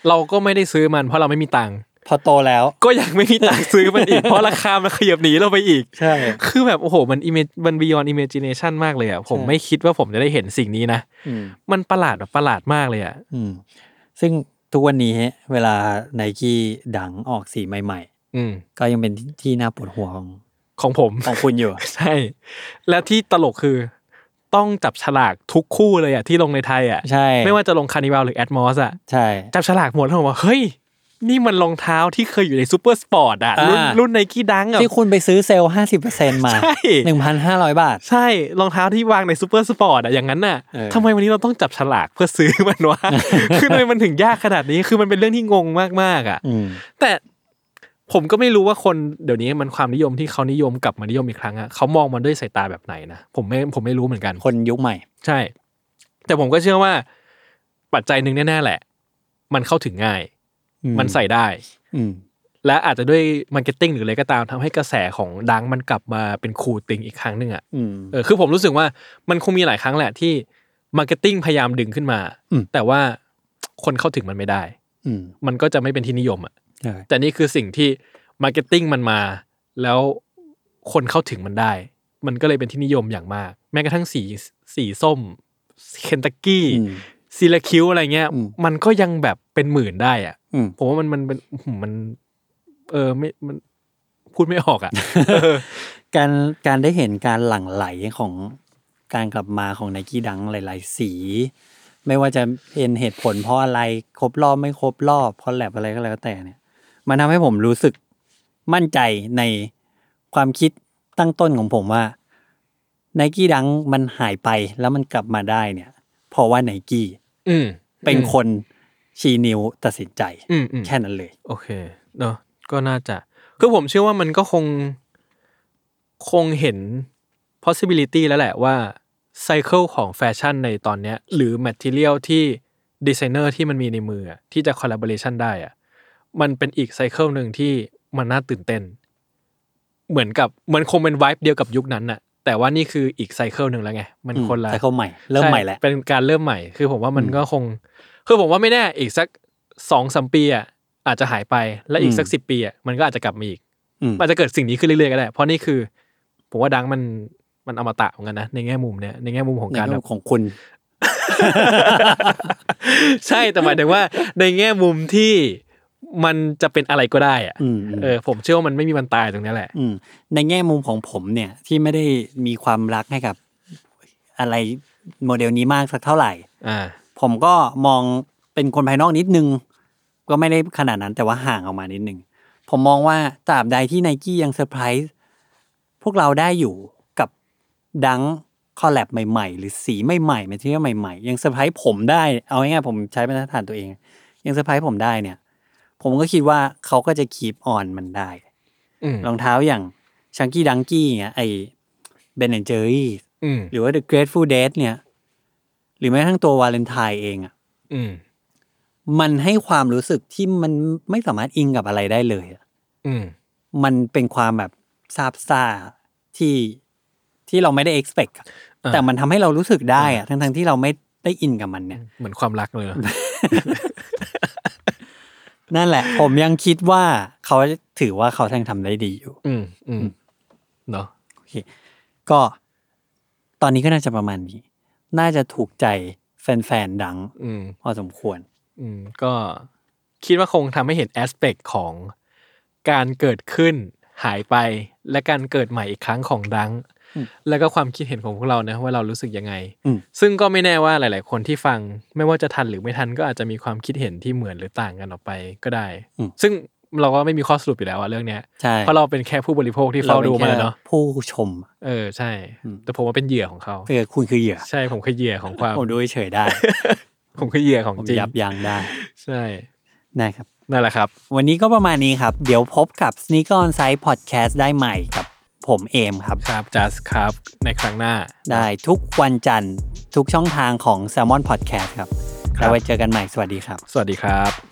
C: เราก็ไม่ได้ซื้อมันเพราะเราไม่มีตังค์
B: พอโตแล้ว
C: ก็ยังไม่มีตังค์ซื้อมันอีก เพราะราคามันขยับหนีเราไปอีก
B: ใช่
C: คือแบบ โอ้โห มัน image มัน beyond imagination มากเลยอ่ะ ผม
B: ใช่
C: ไม่คิดว่าผมจะได้เห็นสิ่งนี้นะ
B: อืม
C: มันประหลาดแบบประหลาดมากเลยอ่ะ
B: อืมซึ่งทุกวันนี้เวลาไนกี้ดังออกสีใหม่
C: อืม
B: ๆ ก็ยังเป็นที่ที่น่าปวดหัวของ
C: ของผม
B: ของคุณอยู่
C: ใช่ และที่ตลกคือ ต้องจับฉลากทุกคู่เลยอ่ะที่ลงในไทยอ่ะ
B: ใช่
C: ไม่ว่าจะลงคานิวัลหรือแอดมอสอ่ะ
B: ใช่
C: จับฉลากหมดแล้วผมว่า เฮ้ย นี่มันรองเท้าที่เคยอยู่ในซูเปอร์สปอร์ตอ่ะ
B: อ่ารุ่
C: รุ่นรุ่นไนกี้ดังอ่ะ
B: ที่คุณไปซื้อเซลล์ห้าสิบเปอร์เซ็นมา
C: ใช่
B: หนึ่งพันห้าร้อยบาท
C: ใช่ รองเท้าที่วางในซูเปอร์สปอร์ตอะอย่างนั้นน่ะ
B: เออ
C: ทำไมวันนี้เราต้องจับฉลากเพื่อซื้อมันวะ คือทำไมมันถึงยากขนาดนี้ คือมันเป็นเรื่องที่งงมากๆอ่ะ
B: อืม
C: แต่ผมก็ไม่รู้ว่าคนเดี๋ยวนี้มันความนิยมที่เขานิยมกลับมานิยมอีกครั้งอ่ะเขามองมันด้วยสายตาแบบไหนนะ ผมไม่ผมไม่รู้เหมือนกัน
B: คนยุคใหม่
C: ใช่ แต่ผมก็เชื่อว่า ปัจจัยหนึ่งแน่ๆแหละ มันเข้าถึงง่าย
B: อืม
C: มันใส่ได้
B: อืม
C: และอาจจะด้วยมาร์เก็ตติ้งหรืออะไรก็ตามทำให้กระแสของดังมันกลับมาเป็นคูลติงอีกครั้งหนึ่งอ่ะ
B: อืม
C: เออคือผมรู้สึกว่ามันคงมีหลายครั้งแหละที่มาร์เก็ตติ้งพยายามดึงขึ้นมา
B: อืม
C: แต่ว่าคนเข้าถึงมันไม่ได้
B: อืม
C: มันก็จะไม่เป็นที่นิยมอ่ะ
B: ใช่
C: แต่นี่คือสิ่งที่มาร์เก็ตติ้งมันมา แล้วคนเข้าถึงมันได้ มันก็เลยเป็นที่นิยมอย่างมาก แม้กระทั่งสีสีส้มเคนตักกี้
B: อืม
C: ซีลาคิวอะไรเงี้ย
B: อืม
C: มันก็ยังแบบเป็นหมื่นได้อ่ะ
B: อืม
C: ผมว่ามันมันเป็นอื้อหือมัน เออไม่มันพูดไม่ออก อ่ะ เออ
B: การการได้เห็นการหลั่งไหลของการกลับมาของไนกี้ดังหลาย ๆ สี ไม่ว่าจะเป็นเหตุผลเพราะอะไรครบรอบไม่ครบรอบคอลแลบอะไรก็แล้วแต่เนี่ย มันทำให้ผมรู้สึกมั่นใจในความคิดตั้งต้นของผมว่าไนกี้ดังมันหายไปแล้วมันกลับมาได้เนี่ย เพราะว่าไนกี้
C: อืม
B: เป็นคนชี้นิ้วตัดสินใจ
C: อืมอืม
B: แค่นั้นเลย
C: โอเคเนาะก็น่าจะ คือผมเชื่อว่ามันก็คง คงเห็น possibility แล้วแหละว่า cycle ของแฟชั่นในตอนเนี้ย หรือ material ที่ดีไซเนอร์ที่มันมีในมืออะที่จะ collaboration ได้อะมันเป็นอีก cycle หนึ่งที่มันน่าตื่นเต้น เหมือนกับมันคงเป็น vibe เดียวกับยุคนั้นน่ะ แต่ว่านี่คืออีก cycle หนึ่งแล้วไง มันคนละ
B: แต่เขาใหม่ เริ่มใหม่แหละ
C: เป็นการเริ่มใหม่ คือผมว่ามัน
B: อืม
C: ก็คง คือผมว่าไม่แน่อีกสักสองสามปีอ่ะอาจจะหายไป และอีก
B: อืม
C: สักสิบปีอ่ะมันก็อาจจะกลับมาอีก
B: อืม
C: มันอาจจะเกิดสิ่งนี้ขึ้นเรื่อยๆก็ได้ เพราะนี่คือ ผมว่าดังมันมันอมตะเหมือนกันนะในแง่มุมเนี้ยในแง่มุมของ
B: ใน
C: การแบ
B: เรื่อบ งของคุณ
C: ใช่แต่หมายถึงว่าในแง่มุมที่มันจะเป็นอะไรก็ได้อ่ะ
B: อืมอืม
C: เออผมเชื่อว่ามันไม่มีวันตายตรงเนี้ยแหละ
B: อืมในแง่มุมของผมเนี่ยที่ไม่ได้มีความรักให้กับ อะไรโมเดลนี้มากสักเท่าไหร่
C: อ่า
B: ผมก็มองเป็นคนภายนอกนิดนึง ก็ไม่ได้ขนาดนั้นแต่ว่าห่างออกมานิดนึง ผมมองว่าตราบใดที่ไนกี้ยังเซอร์ไพรส์พวกเราได้อยู่กับดังคอลแลบใหม่ ๆ หรือสีใหม่ๆแมทเทียลใหม่ๆ ยังเซอร์ไพรส์ผมได้เอาง่ายๆผมใช้บรรทัดฐานตัวเอง ยังเซอร์ไพรส์ผมได้เนี่ย ผมก็คิดว่าเขาก็จะคีปออนมันได้
C: อืม
B: รองเท้าอย่างชังกี้ดังกี้เงี้ยไอเบนแอนเจอรี่
C: อืม
B: หรือว่า The Grateful Dead เนี่ย หรือแม้กระทั้งตัววาเลนไทน์เองอ่ะ
C: อืม
B: มันให้ความรู้สึกที่มันไม่สามารถอิงกับอะไรได้เลยอะ
C: อืม
B: มันเป็นความแบบซาบซ่าที่ที่เราไม่ได้ expect อะแต่มันทำให้เรารู้สึกได้อ่ะทั้งๆที่เราไม่ได้อินกับมันเนี่ย
C: เหมือนความรักเล ยเนอะ
B: นั่นแหละ ผมยังคิดว่าเขาถือว่าเขายังทำได้ดีอยู่
C: อืมอืมเนาะ
B: ก็ตอนนี้ก็น่าจะประมาณนี้ น่าจะถูกใจแฟนๆดัง
C: อืม
B: พอสมควร
C: อืมก็คิดว่าคงทำให้เห็นแอสเปกของการเกิดขึ้นหายไป และการเกิดใหม่อีกครั้งของดัง
B: อืม
C: แล้วก็ความคิดเห็นของพวกเรานะว่าเรารู้สึกยังไง
B: อืม
C: ซึ่งก็ไม่แน่ว่าหลาย ๆ คนที่ฟัง ไม่ว่าจะทันหรือไม่ทันก็อาจจะมีความคิดเห็นที่เหมือนหรือต่างกันออกไปก็ได้ ซึ่ง เราก็ไม่มีข้อสรุปอยู่แล้วอะเรื่องเนี้ย
B: ใช่
C: เพราะเราเป็นแค่ผู้บริโภคที่เฝ้าดูมันอะเนาะ
B: รป็แค่ผู้ชม
C: เออใช่
B: อืม
C: แต่ผมว่าเป็นเหยื่อของเขา
B: คือคุณคือเหยื่อ
C: ใช่ผมคือเหยื่อของความ
B: ผมดูเฉยๆได้
C: ผมคือเหยื่อของ
B: ผม
C: จริง
B: ยับยั้งได้
C: ใช่
B: นะครับ
C: นั่นแหละครับ
B: วันนี้ก็ประมาณนี้ครับ เดี๋ยวพบกับ Sneak On Site Podcast ได้ใหม่กับผมเอมครับ
C: ครับจัสครับในครั้งหน้า
B: ได้ทุกวันจันทร์ทุกช่องทางของ s ซ l m o n Podcast ครับ
C: ครับ
B: แล้วไว้เจอกันใหม่สวัสดีครับ
C: สวัสดีครับ